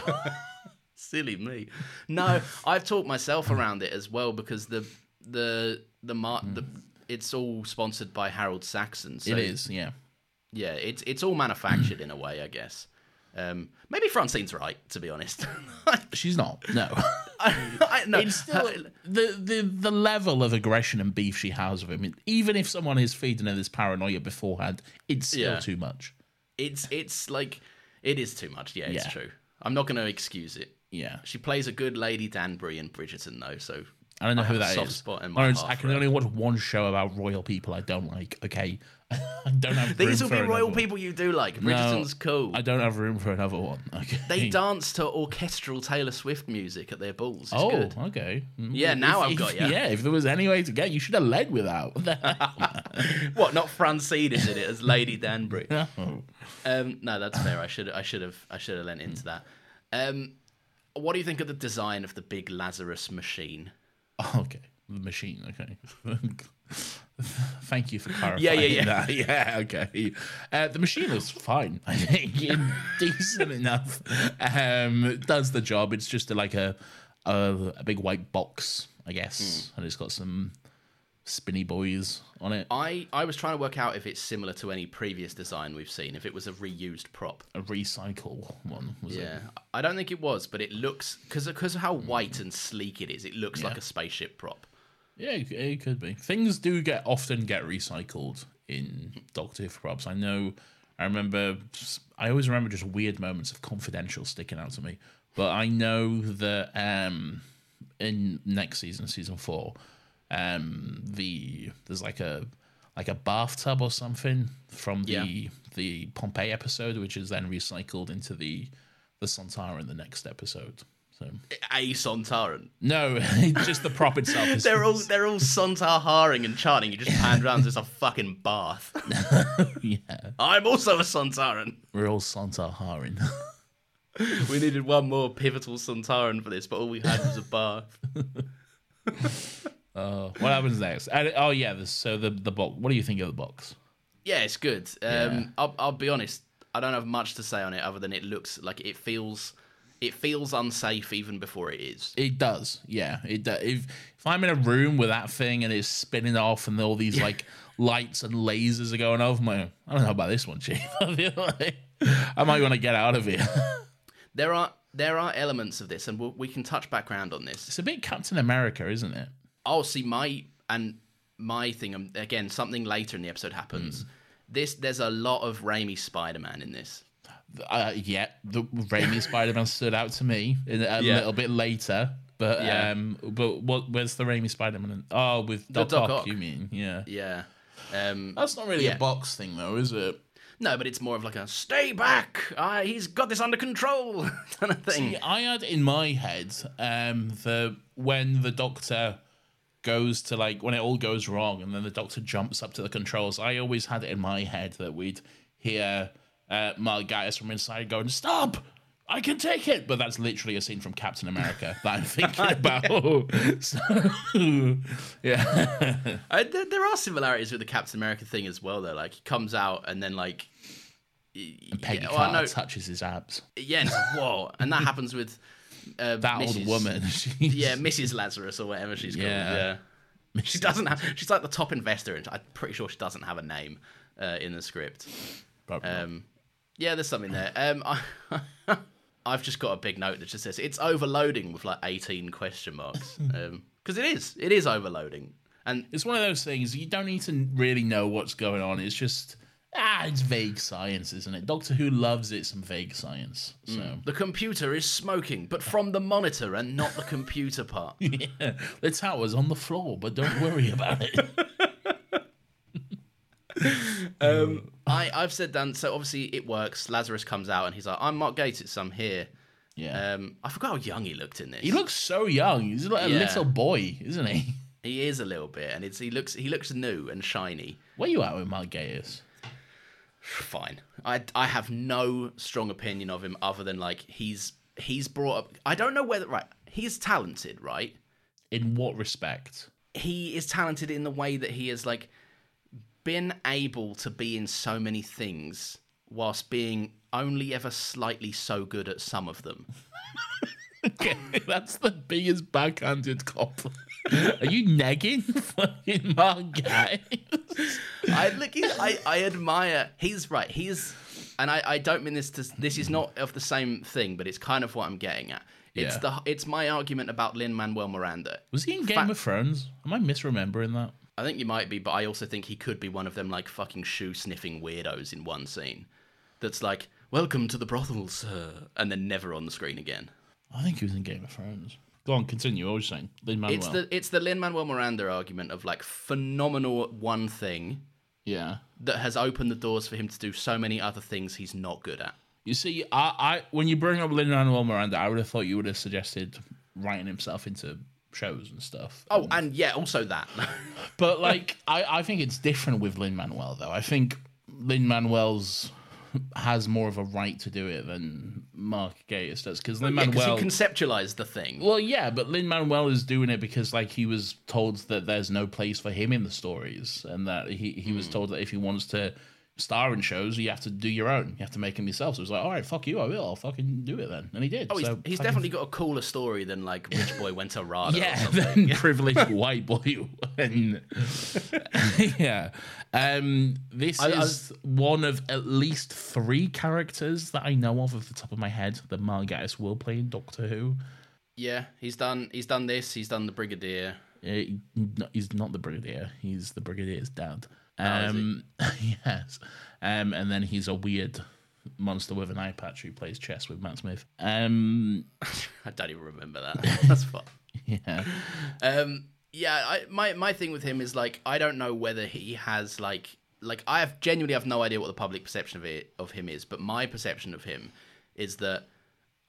C: silly me no i've talked myself around it as well because the the the mar- the it's all sponsored by harold saxon so
B: it is, yeah.
C: yeah it's it's all manufactured in a way i guess um maybe francine's right to be honest <laughs>
B: She's not. No.
C: I, no,
B: it's still the, the the level of aggression and beef she has with him. Even if someone is feeding her this paranoia beforehand, it's still
C: Yeah.
B: too much.
C: it's it's like it is too much yeah it's
B: Yeah.
C: true i'm not going to excuse it
B: Yeah,
C: she plays a good lady danbury in bridgerton though so
B: I don't know who
C: have a
B: that is.
C: soft spot in my
B: Lawrence,
C: heart
B: I can
C: for
B: only watch one show about royal people I don't like. Okay, <laughs> I don't have.
C: these
B: room
C: will be
B: for
C: royal
B: another one.
C: people you do like
B: No,
C: bridgerton's cool
B: I don't have room for another one. Okay.
C: They dance to orchestral Taylor Swift music at their balls. It's
B: Oh,
C: good.
B: okay. Mm. <laughs>
C: Yeah, now
B: If-
C: I've got
B: if-
C: you.
B: Yeah, if there was any way to get, you should have led without.
C: What? Not Francine is in it as Lady Danbury.
B: <laughs> No.
C: Um, no, that's fair. I should I should have I should have lent into that. Um, what do you think of the design of the big Lazarus machine?
B: Oh, <laughs> okay. The machine, okay. <laughs> Thank you for clarifying.
C: Yeah, yeah, yeah.
B: that. <laughs> Yeah, okay. Uh, the machine is fine, I think. <laughs> Decent enough. Um, it does the job.
C: Hmm.
B: It's just like a, a a big white box, I guess, and it's got some spinny boys on it.
C: I, I was trying to work out if it's similar to any previous design we've seen, if it was a reused prop.
B: A recycle one was
C: Yeah,
B: it?
C: I don't think it was, but it looks because because of how white and sleek it is, it looks like a spaceship prop.
B: Yeah, it, it could be. Things do get often get recycled in Doctor Who props. I know. I remember. I always remember just weird moments of Confidential sticking out to me. But I know that um, in next season, season four, um, the there's like a like a bathtub or something from the
C: Yeah.
B: the Pompeii episode, which is then recycled into the the Santara in the next episode. So
C: A Sontaran.
B: no, <laughs> just the prop itself is
C: They're all they're all Sontar haring and chanting. You just hand around as a fucking bath.
B: <laughs> yeah.
C: I'm also a Sontaran.
B: We're all Santar Harin. <laughs>
C: We needed one more pivotal Sontaran for this, but all we had was a bath.
B: Uh, what happens next? And, oh yeah, the, so the the box. What do you think of the box?
C: Yeah, it's good. Um, I'll, I'll be honest. I don't have much to say on it other than it looks like it feels it feels unsafe even before it is.
B: It does. Yeah, it does. If if I'm in a room with that thing and it's spinning off and all these like lights and lasers are going off, I'm like, I don't know about this one, chief. <laughs> I feel like I might want to get out of here.
C: There are there are elements of this, and we'll, we can touch background on this.
B: it's a bit Captain America, isn't it?
C: Oh, see, my and my thing um, again. Something later in the episode happens. This there's a lot of Raimi Spider-Man in this.
B: Uh, yeah, the Raimi Spider-Man stood out to me in, a
C: Yeah.
B: little bit later. But
C: Yeah.
B: um, but what? Where's the Raimi Spider-Man? in- Oh, with Doc,
C: Doc
B: Ock,
C: Ock.
B: You mean? Yeah.
C: Yeah. Um,
B: That's not really
C: Yeah.
B: a box thing, though, is it?
C: no, but it's more of like a stay back. Uh, he's got this under control <laughs> kind of thing.
B: See, I had in my head um, the when the doctor goes to like when it all goes wrong, and then the doctor jumps up to the controls. I always had it in my head that we'd hear uh, Margaius from inside going, "Stop." I can take it, but that's literally a scene from Captain America that <laughs> I'm thinking about. <laughs> so, yeah,
C: I, Uh, there, there are similarities with the Captain America thing as well, though. Like he comes out and then like
B: and Peggy
C: Yeah, well, I
B: Carter
C: know-
B: touches his abs.
C: yeah, and it's like,
B: <laughs>
C: whoa, and that happens with uh,
B: That
C: Mrs.
B: old woman, <laughs> she's-
C: Yeah, Mrs. Lazarus or whatever she's
B: Yeah.
C: called. Yeah. She doesn't have. She's like the top investor, and I'm pretty sure she doesn't have a name uh, in the script.
B: Probably not.
C: Um, yeah, there's something there. Um, I, <laughs> I've just got a big note that just says it's overloading with like 18 question
B: <laughs>
C: marks. Um, because it is, it is overloading, and
B: It's one of those things you don't need to really know what's going on. It's just ah, it's vague science, isn't it? Doctor Who loves it some vague science. So
C: the computer is smoking, but from the monitor and not the
B: <laughs>
C: computer part.
B: yeah, <laughs> the tower's on the floor, but don't worry about it.
C: I, I've said Dan. So obviously it works. Lazarus comes out and he's like, "I'm Mark Gates. It's I'm here."
B: Yeah,
C: Um, I forgot how young he looked in this.
B: he looks so young. He's like a
C: Yeah.
B: little boy, isn't he? <laughs>
C: He is a little bit, and it's he looks he looks new and shiny.
B: Where you at with Mark Gatiss?
C: Fine. I I have no strong opinion of him other than like he's he's brought up. I don't know whether right. He's talented, right?
B: In what respect? <laughs>
C: He is talented in the way that he has like been able to be in so many things whilst being only ever slightly so good at some of them.
B: Okay, that's the biggest backhanded compliment. <laughs> Are you negging <laughs> fucking Mark Gatiss? <laughs>
C: I look. He's, I I admire. He's right. He's, and I I don't mean this to. This is not of the same thing, but it's kind of what I'm getting at. It's
B: Yeah.
C: the. It's my argument about Lin Manuel Miranda.
B: Was he in Game of Thrones? Am I misremembering that?
C: I think you might be, but I also think he could be one of them like fucking shoe sniffing weirdos in one scene, that's like welcome to the brothel, sir, and then never on the screen again.
B: I think he was in Game of Thrones. Go on, continue. What was you saying? Lin Manuel.
C: It's the it's the Lin Manuel Miranda argument of like phenomenal at one thing
B: yeah.
C: that has opened the doors for him to do so many other things he's not good at.
B: You see, I, I when you bring up Lin Manuel Miranda, I would have thought you would have suggested writing himself into shows and stuff.
C: Oh, and yeah, also that. <laughs>
B: but like <laughs> I, I think it's different with Lin Manuel though. I think Lin Manuel's has more of a right to do it than Mark Gatiss does because Lin
C: because
B: Manuel.
C: he conceptualized the thing.
B: well, yeah, but Lin Manuel is doing it because like he was
C: Hmm.
B: told that there's no place for him in the stories, and that he he was told that if he wants to star in shows, you have to do your own. You have to make them yourself. So it was like, all right, fuck you, I will. I'll fucking do it then. And he did.
C: Oh, he's,
B: so
C: he's
B: fucking-
C: definitely got a cooler story than like Rich Boy Went to Rada.
B: <laughs>
C: or <laughs>
B: yeah,
C: something.
B: then privileged white boy. <laughs> And yeah, um, this
C: I- I
B: is
C: was-
B: one of at least three characters that I know of off the top of my head that Mark Gatiss will play in Doctor Who.
C: Yeah, he's done. He's done this. He's done the Brigadier.
B: Eh, no, he's not the brigadier. He's the brigadier's dad.
C: Oh, is he?
B: Um, <laughs> yes. Um, and then he's a weird monster with an eye patch who plays chess with Matt Smith. Um, <laughs>
C: I don't even remember that. That's fun.
B: yeah.
C: Um, yeah, I, my my thing with him is like I don't know whether he has like like I have genuinely have no idea what the public perception of it of him is, but my perception of him is that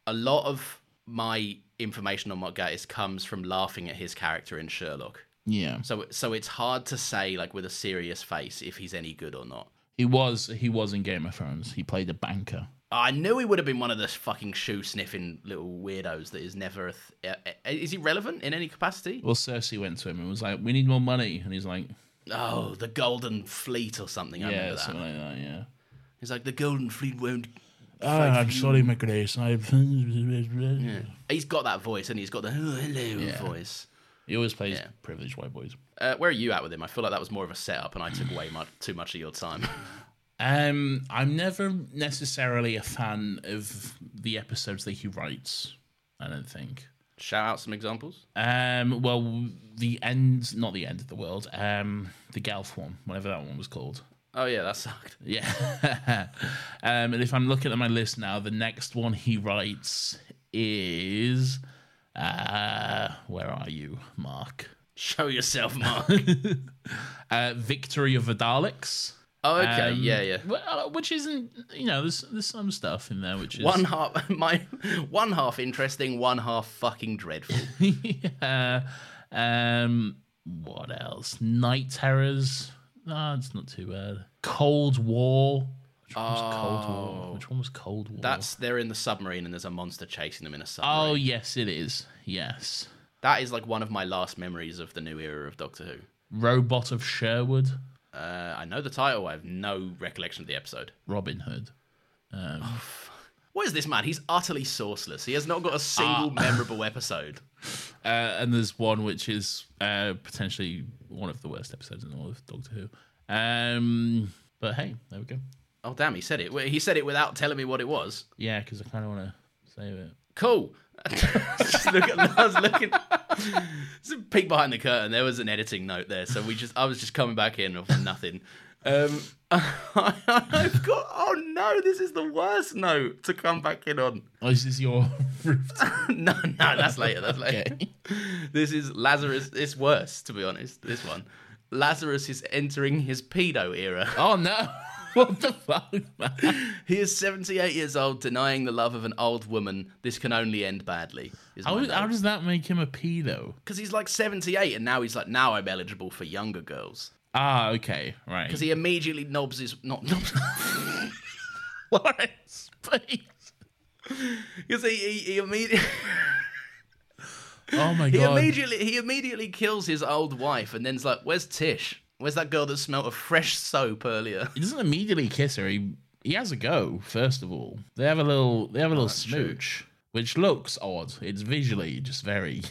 C: a lot of my information on Mark Gatiss comes from laughing at his character in Sherlock.
B: Yeah.
C: So so it's hard to say like with a serious face if he's any good or not.
B: He was he was in Game of Thrones. He played a banker.
C: I knew he would have been one of those fucking shoe sniffing little weirdos that is never. A th- uh, uh, is he relevant in any capacity?
B: Well, Cersei went to him and was like, "We need more money," and he's like,
C: Oh, the Golden Fleet or something. I
B: "Yeah,
C: remember that.
B: something like that." Yeah.
C: He's like, the Golden Fleet won't.
B: Oh, I'm sorry, my grace. I
C: He's got that voice, and he's got the "Oh, hello voice.
B: he always plays
C: Yeah.
B: privileged white boys.
C: Uh, where are you at with him? I feel like that was more of a setup, and I took way much, too much of your time. <laughs>
B: Um, I'm never necessarily a fan of the episodes that he writes. I don't think.
C: Shout out some examples.
B: Um, well, the end, not the end of the world. Um, the Gelf one, whatever that one was called.
C: Oh yeah, that sucked.
B: Yeah. <laughs> um, and if I'm looking at my list now, the next one he writes is, uh, where are you, Mark?
C: Show yourself, Mark.
B: <laughs> Uh, Victory of the Daleks.
C: oh okay,
B: Um,
C: yeah, yeah.
B: well, Which isn't, you know, there's there's some stuff in there which is
C: One half, <laughs> my one half interesting, one half
B: <laughs>
C: fucking dreadful.
B: <laughs> yeah. Um, what else? Night Terrors. Nah, it's not too bad. Cold War. Which one was Cold War? Which one was Cold War?
C: That's they're in the submarine, and there's a monster chasing them in a submarine.
B: Oh yes, it is. Yes,
C: That is like one of my last memories of the new era of Doctor Who.
B: Robot of Sherwood.
C: Uh, I know the title. I have no recollection of the episode.
B: Robin Hood.
C: What is this man? He's utterly sourceless. He has not got
B: <laughs>
C: a single memorable episode.
B: Uh, and there's one which is uh, potentially one of the worst episodes in all of Doctor Who. Um, but hey, there we go.
C: Oh damn, he said it. Well, He said it without telling me what it was.
B: Yeah, because I kind of want to save it.
C: Cool. <laughs> Just look at, I was looking. It's a peek behind the curtain. There was an editing note there, so we just. I was just coming back in with nothing. Um, <laughs> I've got. Oh no, this is the worst note to come back in on. <laughs>
B: Oh, is this your <laughs> roof?
C: no, no, that's later. That's later. <laughs> This is Lazarus. It's worse, to be honest. This one. Lazarus is entering his pedo era.
B: oh no! <laughs> what the fuck, man?
C: <laughs> He is 78 years old, denying the love of an old woman. This can only end badly.
B: How, how does that make him a pedo?
C: Because he's like 78, and now he's like, now I'm eligible for younger girls.
B: Ah, okay, right.
C: Because he immediately knobs his not knobs. <laughs>
B: Lawrence, please.
C: Because he he, he immediately
B: Oh my
C: <laughs> he
B: god!
C: immediately he immediately kills his old wife, and then's like, where's Tish? Where's that girl that smelt of fresh soap earlier? <laughs>
B: He doesn't immediately kiss her. He he has a go first of all. They have a little they have a little smooch, which looks odd. It's visually just very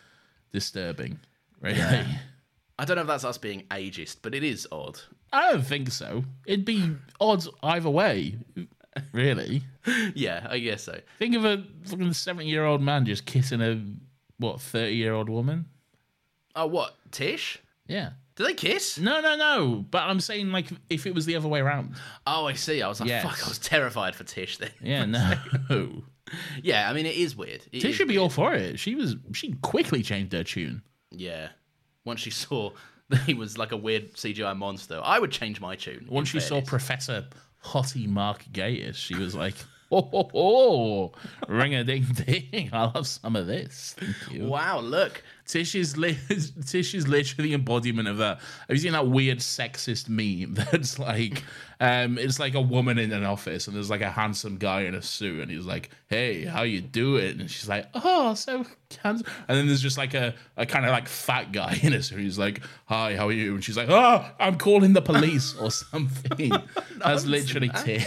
B: <laughs> disturbing. Really,
C: I don't know if that's us being ageist, but it is odd. <laughs>
B: I don't think so. It'd be odd either way. Really,
C: Yeah, I guess so.
B: think of a fucking seventy year old man just kissing a what thirty year old woman.
C: Oh, what Tish?
B: Yeah.
C: Do they kiss?
B: No, no, no. But I'm saying like if it was the other way around.
C: Oh, I see. I was like,
B: Yes.
C: fuck. I was terrified for Tish then.
B: Yeah, no.
C: <laughs> Yeah, I mean, it is weird. It
B: Tish
C: is
B: should be
C: weird.
B: all for it. She was. She quickly changed her tune.
C: Yeah. Once she saw <laughs> that he was like a weird CGI monster, I would change my tune.
B: Once
C: in
B: she saw
C: fairness.
B: Professor Hottie Mark Gatiss, she was like, <laughs> ho, ho, ho. Ring a ding ding. I'll have some of this. Thank you.
C: Wow, look.
B: Tish is, <laughs> li- Tish is literally the embodiment of that. Have you seen that weird sexist meme <laughs> that's like, um, it's like a woman in an office and there's like a handsome guy in a suit and he's like, hey, how you doing? And she's like, oh, so handsome. And then there's just like a, a kind of like fat guy <laughs> in a suit who's like, hi, how are you? And she's like, oh, I'm calling the police or <laughs> something. that's literally Tish.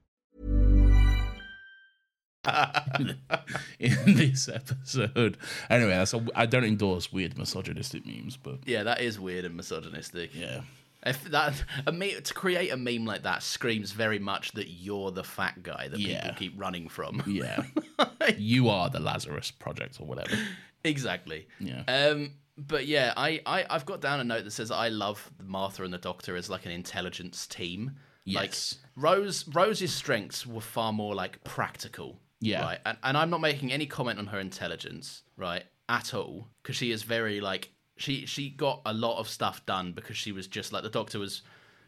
B: <laughs> in this episode. Anyway, that's a, I don't endorse weird misogynistic memes, but
C: Yeah, that is weird and misogynistic.
B: yeah.
C: If that a meme, to create a meme like that screams very much that you're the fat guy that
B: Yeah.
C: people keep running from. <laughs>
B: Yeah. you are the Lazarus Project or whatever.
C: exactly.
B: Yeah.
C: Um, but yeah, I, I I've got down a note that says I love Martha and the Doctor as like an intelligence team.
B: Yes.
C: Like Rose Rose's strengths were far more like practical.
B: Yeah.
C: Right. And, and I'm not making any comment on her intelligence, right, at all, because she is very like she she got a lot of stuff done because she was just like the Doctor was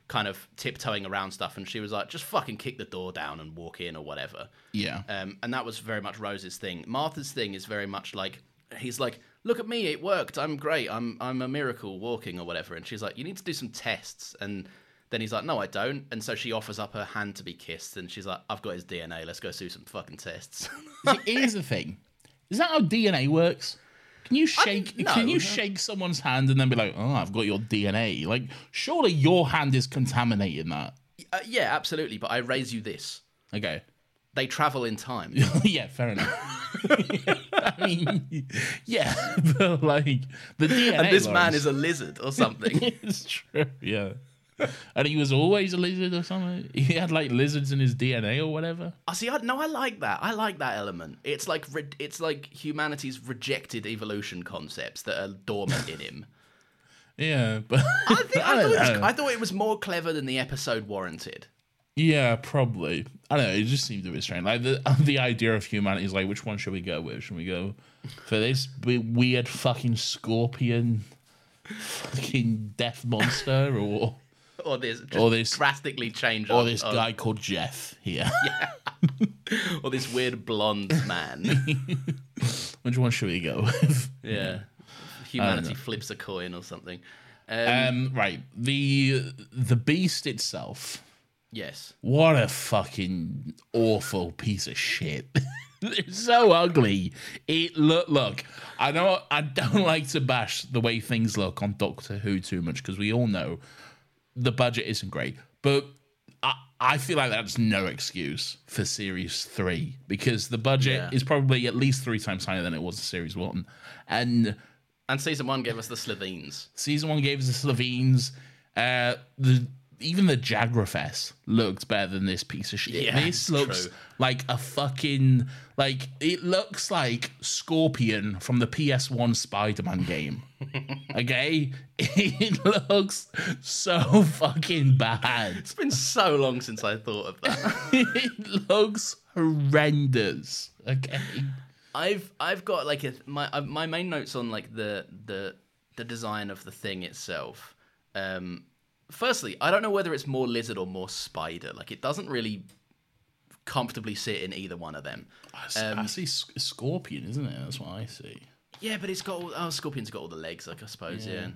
C: kind of tiptoeing around stuff and she was like just fucking kick the door down and walk in or whatever
B: Yeah.
C: um, and that was very much Rose's thing. Martha's thing is very much like he's like, "Look at me, it worked. I'm great. I'm I'm a miracle walking or whatever." And she's like, "You need to do some tests." And then he's like, "No, I don't." And so she offers up her hand to be kissed, and she's like, "I've got his DNA. Let's go do some fucking tests." <laughs>
B: See, here's the thing. Is that how DNA works? Can you shake
C: no.
B: can you shake someone's hand and then be like, "Oh, I've got your DNA." Like surely your hand is contaminating that. <laughs>
C: uh, yeah, absolutely. But I raise you this:
B: Okay.
C: they travel in time.
B: <laughs> yeah, fair enough. <laughs> I mean, yeah, <laughs> but like the DNA
C: <laughs> and this man
B: Lawrence.
C: is a lizard or something.
B: <laughs> it's true. Yeah. And he was always a lizard or something. He had like lizards in his DNA or whatever.
C: I <laughs> see. I no, I like that. I like that element. It's like re- it's like humanity's rejected evolution concepts that are dormant in
B: <laughs>
C: him.
B: Yeah, but <laughs>
C: I, think, I, thought
B: don't
C: it was,
B: know.
C: I thought it was more clever than the episode warranted.
B: yeah, probably. I don't know. It just seemed a bit strange. Like the <laughs> the idea of humanity is like, which one should we go with? Should we go for this b- weird fucking scorpion, fucking death monster, or
C: Or this, just
B: Or this-
C: drastically <laughs> change.
B: or
C: of-
B: this
C: of-
B: guy called Jeff here?
C: or this weird blonde man.
B: <laughs> which one should we go with?
C: yeah, humanity flips a coin or something. Um,
B: Um, right. The the beast itself.
C: yes,
B: What a fucking awful piece of shit. <laughs> it's so ugly. It look look. I know I don't <laughs> like to bash the way things look on Doctor Who too much because we all know the budget isn't great, but I I feel like that's no excuse for series three because the budget
C: Yeah.
B: is probably at least three times higher than it was in series one, and
C: and season one gave us the Slovenes.
B: Season one gave us the Slovenes. Uh, the even the Jagrafest looked better than this piece of shit.
C: Yeah,
B: this looks
C: true.
B: like a fucking like it looks like Scorpion from the PS1 Spider-Man <laughs> game. okay, it looks so fucking bad.
C: It's been so long since I thought of that.
B: <laughs> it looks horrendous. Okay.
C: I've I've got like a, my uh, my main notes on like the the the design of the thing itself. Um, firstly, I don't know whether it's more lizard or more spider. Like it doesn't really comfortably sit in either one of them.
B: S- I see s- Scorpion, isn't it? That's what I see.
C: Yeah, but it's got all, oh, scorpion's got all the legs, like I suppose. Yeah,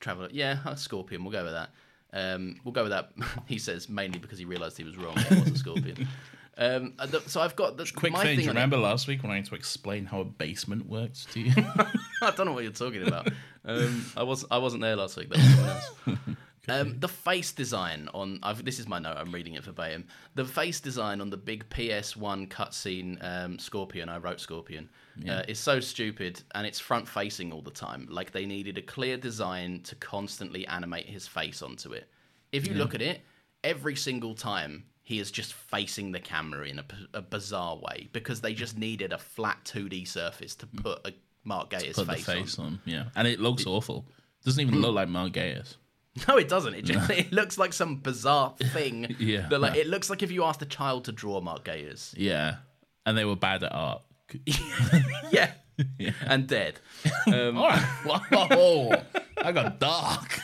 C: travel. Yeah, a oh, scorpion. We'll go with that. Um, we'll go with that. <laughs> he says mainly because he realised he was wrong. It was
B: <laughs>
C: a scorpion. Um, uh, the- so I've got the
B: Quick
C: my
B: thing, do
C: thing
B: you
C: on it-
B: remember last week when I had to explain how a basement works to <laughs> you?
C: <laughs> I don't know what you're
B: <laughs>
C: talking about. Um, I wasn't. I wasn't there last week. That was someone else. Um, the face design on I've, this is my note. I'm reading it verbatim. The face design on the big PS1 cutscene um, Scorpion. I wrote Scorpion. Uh, is so stupid, and it's front facing all the time. Like they needed a clear design to constantly animate his face onto it. If you look at it, every single time he is just facing the camera in a, b- a bizarre way because they just needed a flat 2D surface to put a Mark Gayer's
B: Put
C: face,
B: the
C: on.
B: face on. Yeah. And it looks awful. Doesn't even <clears throat> look like Margaius.
C: No, it doesn't. It just it looks like some bizarre thing.
B: <laughs> Yeah.
C: that, like it looks like if you asked a child to draw
B: <laughs>
C: Mark Gayers.
B: Yeah. And they were bad at <laughs> art.
C: Yeah. And dead.
B: All right. <laughs> Whoa. I got dark.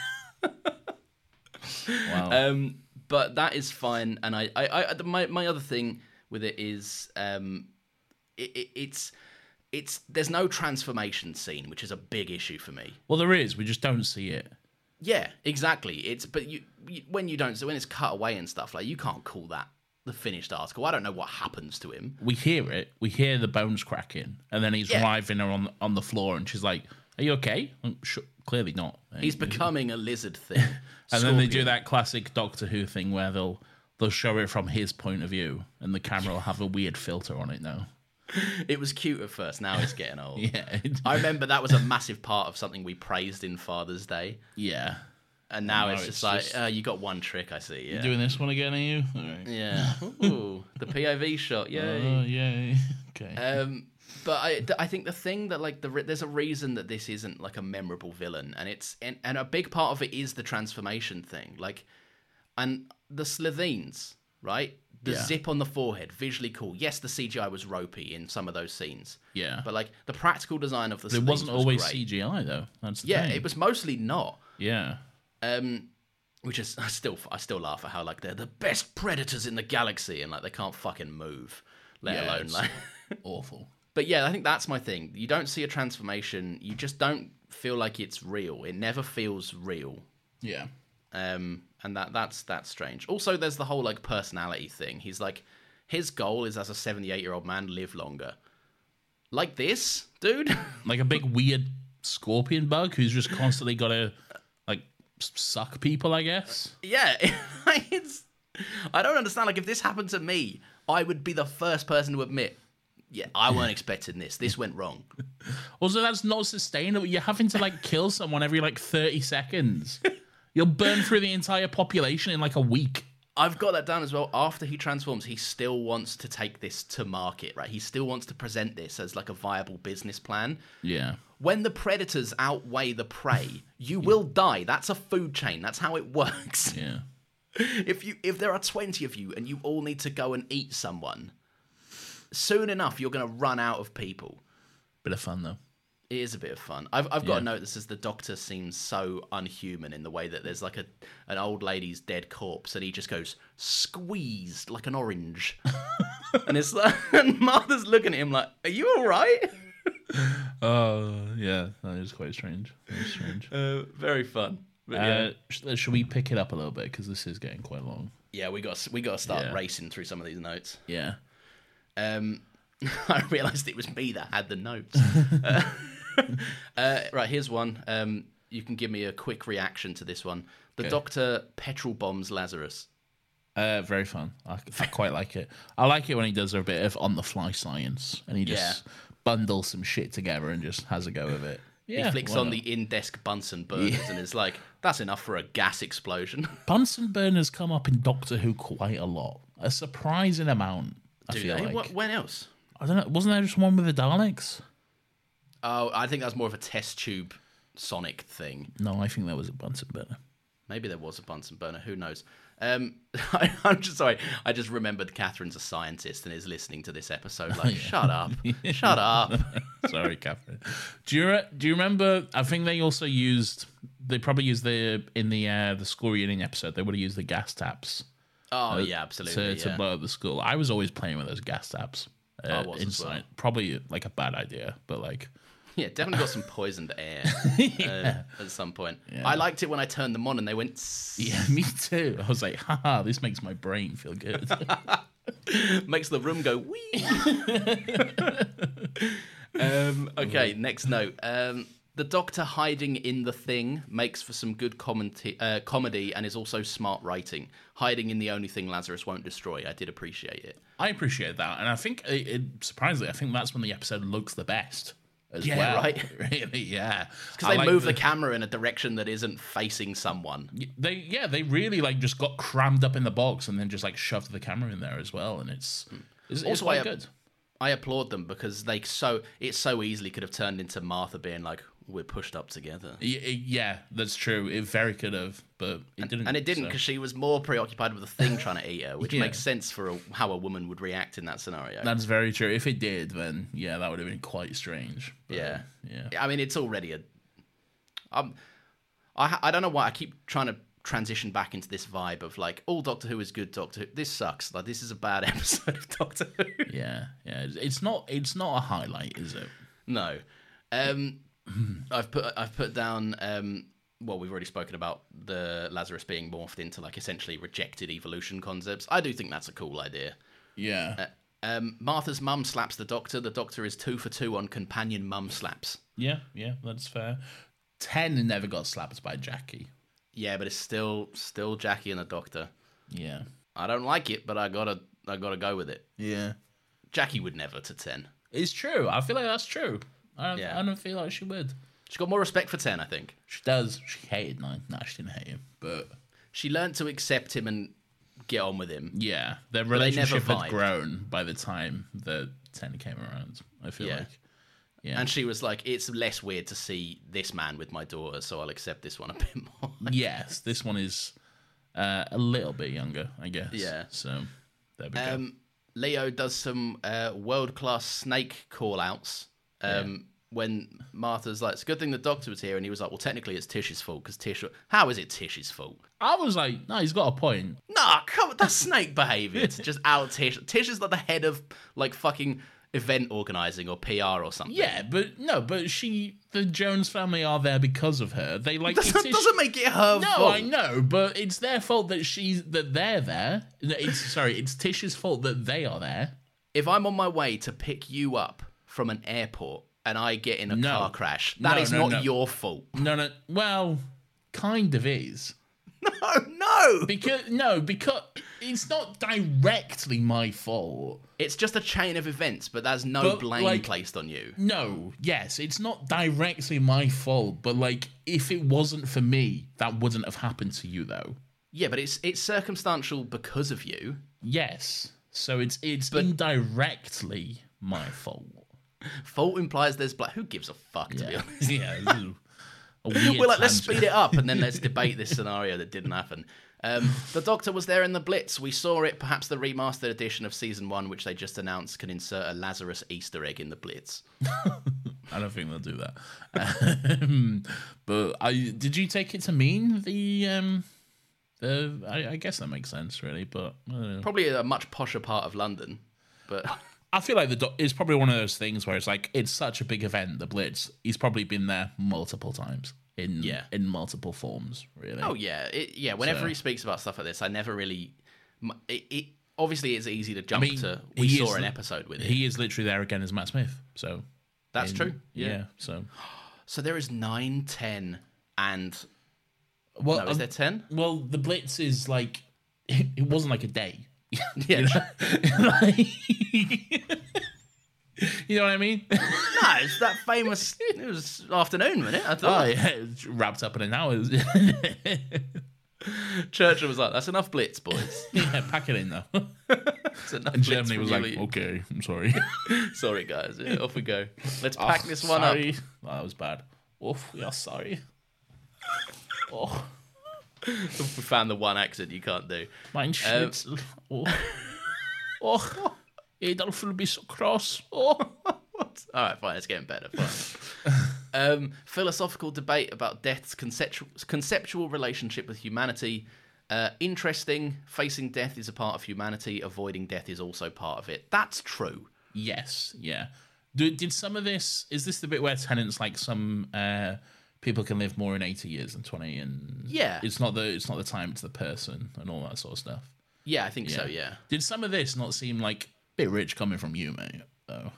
B: wow.
C: Um, but that is fine. And I, I, I the- my, my other thing with it is, um, it, it, it's, it's there's no transformation scene, which is a big issue for me.
B: well, there is. We just don't see it.
C: Yeah, exactly. It's but you, you when you don't, so when it's cut away and stuff like you can't call that the finished article. I don't know what happens to him.
B: We hear it. We hear the bones cracking. And then he's
C: Yeah.
B: writhing her on, on the floor. And she's like, Are you okay? Mm, sure. Clearly not. <laughs>
C: He's becoming a lizard thing.
B: and then they do
C: Scorpion.
B: that classic Doctor Who thing where they'll they'll show it from his point of view, and the camera will have a weird filter on it now.
C: It was cute at first. Now it's getting old.
B: <laughs> Yeah, it-
C: I remember that was a massive part of something we praised in Father's Day,
B: yeah.
C: and now
B: No,
C: it's,
B: it's
C: just like
B: just-
C: uh, you got one trick. I see. Yeah.
B: Doing this one again, are you? All right. <laughs>
C: yeah. Ooh, the POV shot. Yay.
B: Oh yeah. <laughs> Okay.
C: Um, but I, th- I think the thing that like the re- there's a reason that this isn't like a memorable villain, and it's and, and a big part of it is the transformation thing, like, and the Slovenes, right? The
B: Yeah.
C: zip on the forehead, visually cool. Yes, the CGI was ropey in some of those scenes.
B: Yeah.
C: but like the practical design of the
B: it
C: Slovenes
B: wasn't
C: was
B: always
C: great.
B: CGI though. That's the
C: Yeah,
B: thing.
C: it was mostly not.
B: Yeah.
C: Um, which is <laughs> I still I still laugh at how like they're the best predators in the galaxy, and like they can't fucking move, let
B: Yeah,
C: alone
B: it's-
C: like.
B: Awful.
C: But yeah, I think that's my thing. You don't see a transformation. You just don't feel like it's real. It never feels real.
B: Yeah.
C: Um, and that that's that's strange. Also, there's the whole like personality thing. He's like, his goal is as a 78 year old man live longer. Like this, dude. <laughs>
B: Like a big weird scorpion bug who's just constantly got to like s- suck people, I guess.
C: yeah, <laughs> it's. I don't understand. Like, if this happened to me, I would be the first person to admit, yeah, I weren't expecting this. This went wrong.
B: Also, that's not sustainable. You're having to like kill someone every like 30 seconds. You'll burn through the entire population in like a week.
C: I've got that down as well. After he transforms, he still wants to take this to market, right? He still wants to present this as like a viable business plan.
B: Yeah.
C: When the predators outweigh the prey, you will die. That's a food chain. That's how it <laughs> works.
B: Yeah.
C: If you if there are 20 of you and you all need to go and eat someone, soon enough you're going to run out of people.
B: Bit of fun though.
C: It is a bit of fun. I've, I've got
B: Yeah.
C: a note that says the doctor seems so unhuman in the way that there's like a an old lady's dead corpse and he just goes squeezed like
B: <laughs>
C: an orange. and it's <laughs> like, and Martha's looking at him like, Are you alright?
B: Oh, yeah. That is quite strange. That is strange.
C: <laughs> Uh, very fun. But yeah.
B: Uh, sh- uh, should we pick it up a little bit because this is getting quite long?
C: yeah, we got we got to start
B: Yeah.
C: racing through some of these notes.
B: Yeah.
C: Um, <laughs> I realised it was me that had the notes.
B: <laughs>
C: Uh, <laughs> uh, right, here's one. Um, you can give me a quick reaction to this one. The doctor petrol bombs Lazarus.
B: Uh, very fun. I, I quite like it. I like it when he does a bit of on the fly science and he just bundles some shit together and just has a go with it. Yeah,
C: he flicks
B: why
C: on
B: not?
C: the in-desk Bunsen burners and is like, "That's enough for a gas explosion."
B: <laughs> Bunsen burners come up in Doctor Who quite a lot, a surprising amount. I
C: Do
B: feel
C: they?
B: like
C: What, when else?
B: I don't know. Wasn't there just one with the Daleks?
C: Oh, I think that's more of a test tube sonic thing.
B: No, I think that was a Bunsen burner.
C: Maybe there was a Bunsen burner. Who knows? Um, <laughs> I, am just sorry. I just remembered Catherine's a scientist and is listening to this
B: <laughs>
C: episode. Like, shut up, shut up.
B: Sorry, Catherine. Do you re- do you remember? I think they also used. They probably used the in the uh, the school reunion episode. They would have used the gas taps
C: Oh yeah,
B: to,
C: absolutely.
B: to
C: yeah. Oh,
B: blow up the school. I was always playing with those gas taps. Uh,
C: was as well. <laughs>
B: inside. Probably like a bad idea, but like
C: Yeah, definitely got some poisoned
B: <laughs>
C: air uh, at some point. I liked it when I turned them on and they went. "Tss."
B: Yeah, me too. I was like, haha, this makes my brain feel good. <laughs>
C: makes the room go wee. um, okay,
B: Mm-hmm.
C: next note. Um, the Doctor hiding in the thing makes for some good commenti- uh, comedy and is also smart writing. Hiding in the only thing Lazarus won't destroy. I did appreciate it.
B: I appreciate that, and I think it, it, surprisingly, I think that's when the episode looks the best as
C: Yeah,
B: well.
C: right.
B: <laughs> Really, yeah.
C: Because they move the camera in a direction that isn't facing someone.
B: they yeah they really like just got crammed up in the box and then just like shoved the camera in there as well, and it's it's, it's
C: Hmm. Also,
B: quite
C: I-
B: good.
C: I applaud them because they so it so easily could have turned into Martha being like, "We're pushed up together,"
B: Y- y- Yeah, that's true. It very could have, but it didn't.
C: and it didn't
B: so-
C: because she was more preoccupied with the thing trying to eat her,
B: <laughs>
C: which
B: Yeah.
C: makes sense for a, how a woman would react in that scenario.
B: That's very true. If it did, then yeah, that would have been quite strange. but,
C: yeah,
B: yeah.
C: I mean, it's already a. Um, I ha- I don't know why I keep trying to transition back into this vibe of like, all Doctor Who is good Doctor Who. This sucks. Like this is a bad <laughs> episode of Doctor Who.
B: Yeah, yeah. It's- It's not. It's not a highlight, is it?
C: No. Um, I've put I've put down. Um, well, we've already spoken about the Lazarus being morphed into like essentially rejected evolution concepts. I do think that's a cool idea.
B: Yeah.
C: Um, Martha's mum slaps the doctor. The doctor is two for two on companion mum slaps.
B: Yeah, yeah, that's fair. Ten never got slapped by Jackie.
C: Yeah, but it's still still Jackie and the doctor.
B: Yeah.
C: I don't like it, but I gotta I gotta go with it.
B: Yeah.
C: Jackie would never to ten.
B: It's true. I feel like that's true. I don't,
C: Yeah.
B: I don't feel like she would.
C: She got more respect for ten, I think.
B: She does. She hated Nine. No, she didn't hate him. But
C: She learned to accept him and get on with him.
B: yeah, their
C: never
B: relationship
C: vibed.
B: had grown by the time that Ten came around. I feel
C: Yeah.
B: like. Yeah.
C: And she was like, "It's less weird to see this man with my daughter, so I'll accept this one a <laughs> bit more."
B: yes, this one is uh, a little bit younger, I guess.
C: Yeah.
B: So there we go.
C: Um, Leo does some uh, world-class snake call-outs um, when Martha's like, "It's a good thing the doctor was here," and he was like, "Well, technically, it's Tish's fault because Tish. How is it Tish's fault?
B: I was like, no, he's got a point.
C: Nah, come on, that's snake behavior. It's just out Tish. Tish is like the head of like fucking event organizing or PR or something.
B: Yeah, but no, but she, the Jones family are there because of her. They like
C: That
B: it's his-
C: doesn't make it her
B: No,
C: fault.
B: I know, but it's their fault that she's that they're there. No, It's sorry, it's Tish's fault that they are there.
C: if I'm on my way to pick you up from an airport and I get in a
B: No.
C: car crash, that
B: No,
C: is
B: no,
C: not
B: no. <laughs>
C: your fault.
B: No, no, well, kind of is
C: Oh no!
B: because no, because it's not directly my fault.
C: It's just a chain of events, but there's no
B: But,
C: blame
B: like-
C: placed on you.
B: No, yes, it's not directly my fault, but like if it wasn't for me, that wouldn't have happened to you though.
C: Yeah, but it's it's circumstantial because of you.
B: Yes, so it's it's indirectly my fault.
C: Fault implies there's blame. Who gives a fuck to be
B: <laughs> <laughs>
C: honest?
B: yeah, this is a weird
C: We're like, let's
B: tangent.
C: speed it up and
B: <laughs>
C: then let's debate this scenario that didn't happen. Um, the Doctor was there in the Blitz. We saw it. Perhaps the remastered edition of season one, which they just announced, can insert a Lazarus Easter egg in the Blitz.
B: I don't think they'll do <laughs> that. um, but I did you take it to mean the um the I, I guess that makes sense really, but uh, I don't know.
C: Probably a much posher part of London,
B: <laughs>
C: but
B: I feel like the doc is probably one of those things where it's like it's such a big event, the Blitz. He's probably been there multiple times in
C: Yeah.
B: in multiple forms, really.
C: Oh yeah, it, yeah. Whenever he speaks about stuff like this, I never really. m- It, it obviously it's easy to jump
B: mean,
C: to. We
B: he
C: saw
B: is-
C: an episode with it.
B: He is literally there again as Matt Smith. So
C: That's true.
B: yeah, so
C: So there is nine, ten, and
B: well, um,
C: no, is
B: <laughs>
C: there ten?
B: well, the Blitz is like <laughs> it wasn't like a day. <laughs>
C: <laughs> Yeah.
B: You know what I
C: <laughs>
B: mean?
C: no, it's that famous. It was afternoon, wasn't it? I
B: Oh, <laughs>
C: thought
B: yeah, it's wrapped up in an hour.
C: Churchill was like, "That's enough blitz, boys."
B: yeah, pack it in though.
C: That's enough
B: And
C: <laughs> blitz
B: Germany
C: from
B: was
C: you
B: like,
C: lot."
B: okay, I'm sorry.
C: "Sorry, guys, Yeah, off we go.
B: <laughs>
C: Let's pack this one
B: Oh, sorry.
C: up."
B: Oh, that was bad. Oof, we are sorry. Oh,
C: <laughs> We found the one accent you can't do.
B: mein Schnitzel. oh. oh, Adolf will be so cross. Oh.
C: All right, fine. It's getting better. Fine.
B: <laughs>
C: um, philosophical debate about death's conceptual conceptual relationship with humanity. Uh, interesting. Facing death is a part of humanity. Avoiding death is also part of it. That's true.
B: Yes, yeah. Do, did some of this? Is this the bit where tenants like some uh, people can live more in eighty years than twenty? And
C: Yeah.
B: it's not the it's not the time to the person and all that sort of stuff.
C: Yeah, I think so. Yeah.
B: Did some of this not seem like a bit rich coming from you, mate? Though.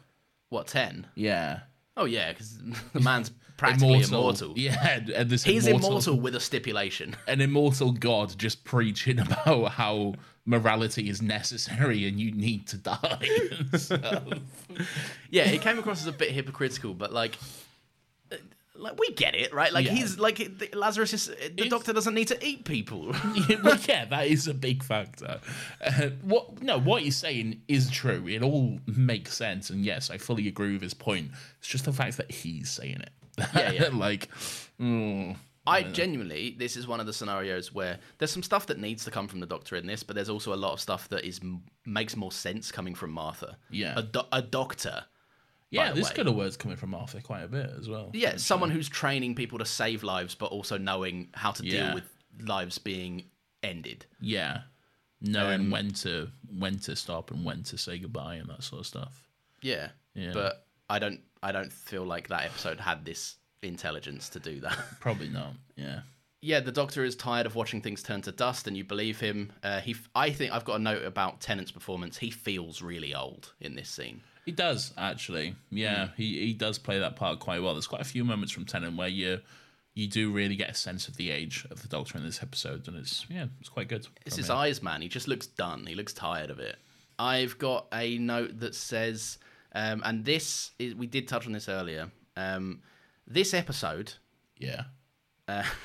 C: What ten?
B: Yeah.
C: Oh yeah, because <laughs>
B: <laughs>
C: the man's practically immortal.
B: Yeah, and this
C: He's
B: immortal,
C: immortal. with a stipulation.
B: an immortal god just preaching <laughs> about how morality is necessary and you need to die. <laughs> So-
C: yeah, it came across as a bit hypocritical, but like. uh, Like we get it, right? Like
B: Yeah.
C: he's like the- Lazarus is uh, the doctor doesn't need to eat people. <laughs>
B: well, yeah, that is a big factor. Uh, what no, what he's saying is true. It all makes sense, and yes, I fully agree with his point. It's just the fact that he's saying it.
C: Yeah, yeah.
B: <laughs> like, mm,
C: I genuinely, this is one of the scenarios where there's some stuff that needs to come from the Doctor in this, but there's also a lot of stuff that is makes more sense coming from Martha.
B: Yeah.
C: a, do- a doctor.
B: yeah,
C: the
B: this
C: way.
B: kind of words coming from Arthur quite a bit as well.
C: Yeah, someone who's training people to save lives, but also knowing how to
B: Yeah.
C: deal with lives being ended.
B: Yeah, knowing when to when to stop and when to say goodbye and that sort of stuff.
C: Yeah. But I don't, I don't feel like that episode had this intelligence to do that. <laughs>
B: Probably not. Yeah.
C: yeah, the Doctor is tired of watching things turn to dust, and you believe him. Uh, he, f- I think I've got a note about Tennant's performance. He feels really old in this scene.
B: He does actually. Yeah,
C: Hmm.
B: he, he does play that part quite well. There's quite a few moments from Tennant where you you do really get a sense of the age of the Doctor in this episode, and it's yeah, it's quite good.
C: It's
B: I
C: his
B: mean,
C: eyes, Oh, man. He just looks done. He looks tired of it. I've got a note that says, um, and this is, we did touch on this earlier. Um, this episode, uh,
B: yeah,
C: <laughs>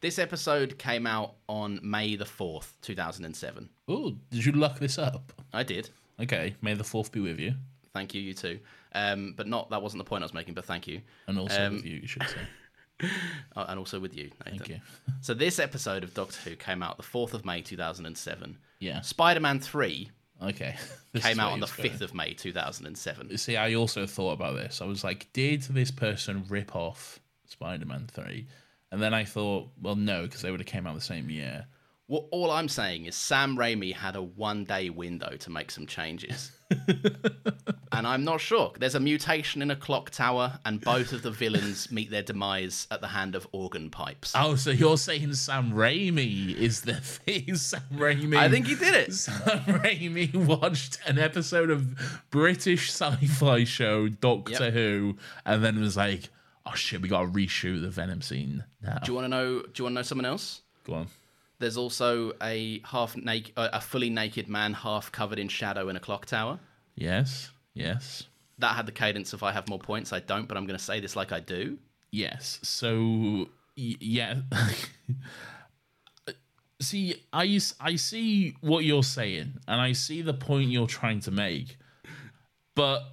C: this episode came out on May the fourth, two thousand and seven.
B: oh, did you luck this up?
C: I did.
B: Okay, may the fourth be with you,
C: Thank you, you too. Um, but not that wasn't the point I was making. But thank you,
B: and also
C: Um,
B: with you, you should
C: <laughs>
B: say.
C: Uh, and also with you, Nathan.
B: Thank you.
C: <laughs> So this episode of Doctor Who came out the fourth of May, two thousand and seven.
B: Yeah.
C: Spider-Man three
B: Okay, This is
C: came
B: where
C: out
B: he
C: on the
B: was going.
C: fifth of May, two thousand and seven.
B: See, I also thought about this. I was like, did this person rip off Spider Man Three? And then I thought, well, no, because they would have came out the same year.
C: Well, all I'm saying is Sam Raimi had a one day window to make
B: <laughs>
C: some changes. and I'm not sure. There's a mutation in a clock tower, and both of the
B: <laughs>
C: villains meet their demise at the hand of organ pipes.
B: Oh, so you're saying Sam Raimi is the thing? <laughs> Sam Raimi.
C: I think he did
B: <laughs>
C: it.
B: Sam Raimi watched an episode of British sci-fi show Doctor
C: Yep.
B: Who, and then was like, "Oh shit, we gotta reshoot the Venom scene now."
C: Do you want to know? Do you want to know someone else?
B: Go on.
C: There's also a half naked, uh, a fully naked man, half covered in shadow in a clock tower.
B: Yes. Yes.
C: That had the cadence of I have more points. I don't, but I'm going to say this like I do.
B: Yes. So y- yeah. <laughs> see, I s- I see what you're saying, and I see the point you're trying to make, but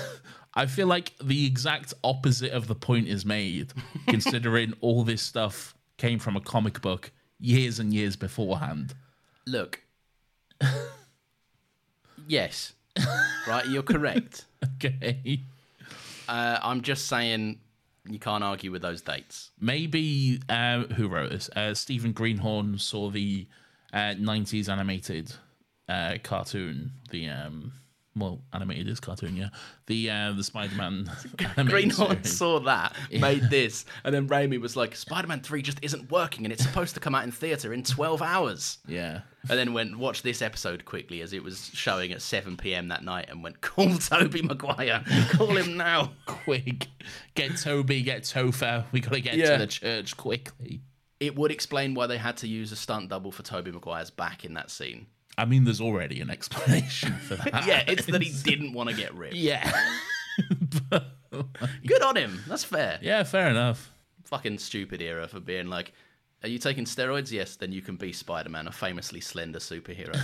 B: <laughs> I feel like the exact opposite of the point is made, considering all this stuff came from a comic book years and years beforehand. <laughs>
C: Look. <laughs> yes. right, you're correct.
B: Okay.
C: Uh, I'm just saying you can't argue with those dates.
B: Maybe uh, who wrote this? Uh, Stephen Greenhorn saw the uh, '90s animated uh, cartoon. The um, well, animated is cartoon, yeah. The uh, the Spider-Man. animated
C: <laughs> Greenhorn
B: series.
C: saw that, made this, and then Raimi was like, Spider Man 3 just isn't working and it's supposed to come out in theatre in 12 hours.
B: Yeah.
C: And then went, watch this episode quickly as it was showing at 7 pm that night and went, call <laughs> Toby Maguire, call him now.
B: Quick, get Toby, get Topher. We gotta get
C: Yeah.
B: to the church quickly.
C: It would explain why they had to use a stunt double for Toby Maguire's back in that scene.
B: I mean, there's already an explanation for that. <laughs>
C: <laughs> Yeah, it's that he didn't want to get ripped.
B: yeah,
C: Good on him. That's fair.
B: yeah. Fair enough.
C: fucking stupid era for being like, are you taking steroids? Yes, then you can be Spider Man, a famously slender superhero.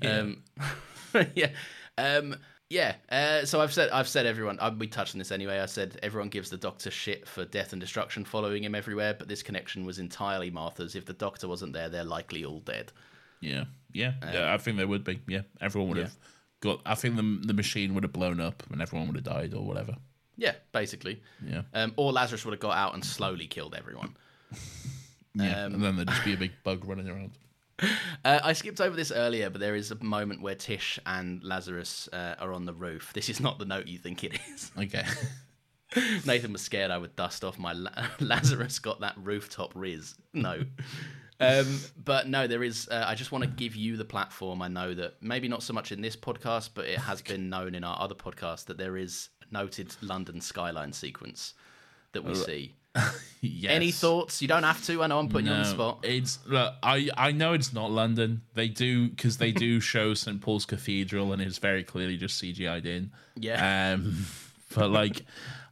C: yeah. Um, <laughs> yeah. Um, yeah. Uh, so I've said, I've said everyone, I, we touched on this anyway. I said everyone gives the doctor shit for death and destruction following him everywhere, but this connection was entirely Martha's. If the doctor wasn't there, they're likely all dead.
B: Yeah, yeah,
C: Um,
B: yeah. I think there would be. Yeah, everyone would have got. I think the the machine would have blown up and everyone would have died or whatever.
C: Yeah, basically.
B: Yeah,
C: Um, or Lazarus would have got out and slowly killed everyone. Um,
B: yeah. and then there'd just be a big bug running around.
C: Uh, I skipped over this earlier, but there is a moment where Tish and Lazarus uh, are on the roof. This is not the note you think it is. <laughs>
B: Okay. <laughs>
C: Nathan was scared I would dust off my la- <laughs> Lazarus got that rooftop riz. No.
B: <laughs>
C: Um, but no, there is. Uh, I just want to give you the platform. I know that maybe not so much in this podcast, but it has been known in our other podcasts that there is noted London skyline sequence that we see.
B: Yes.
C: Any thoughts? You don't have to. I know I'm putting you on the
B: No,
C: spot.
B: It's look, I I know it's not London. They do because they
C: <laughs>
B: do show St Paul's Cathedral, and it's very clearly just CGI'd in.
C: Yeah.
B: Um, <laughs> but like,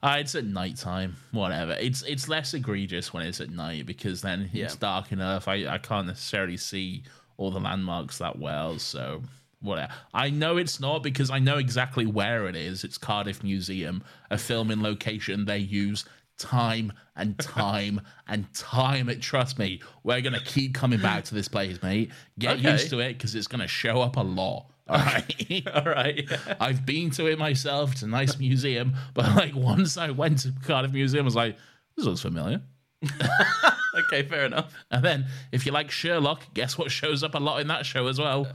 B: uh, it's at night time. Whatever. It's it's less egregious when it's at night because then it's dark enough. I I can't necessarily see all the landmarks that well. So. Whatever. I know it's not because I know exactly where it is. It's Cardiff Museum, a filming location they use time and time and time. It trust me, we're gonna keep coming back to this place, mate. Get
C: Okay.
B: used to it because it's gonna show up a lot. All
C: <laughs>
B: right, all right. I've been to it myself. It's a nice museum, but like once I went to Cardiff Museum, I was like, this looks familiar.
C: <laughs> Okay, fair enough.
B: And then if you like Sherlock, guess what shows up a lot in that show as well?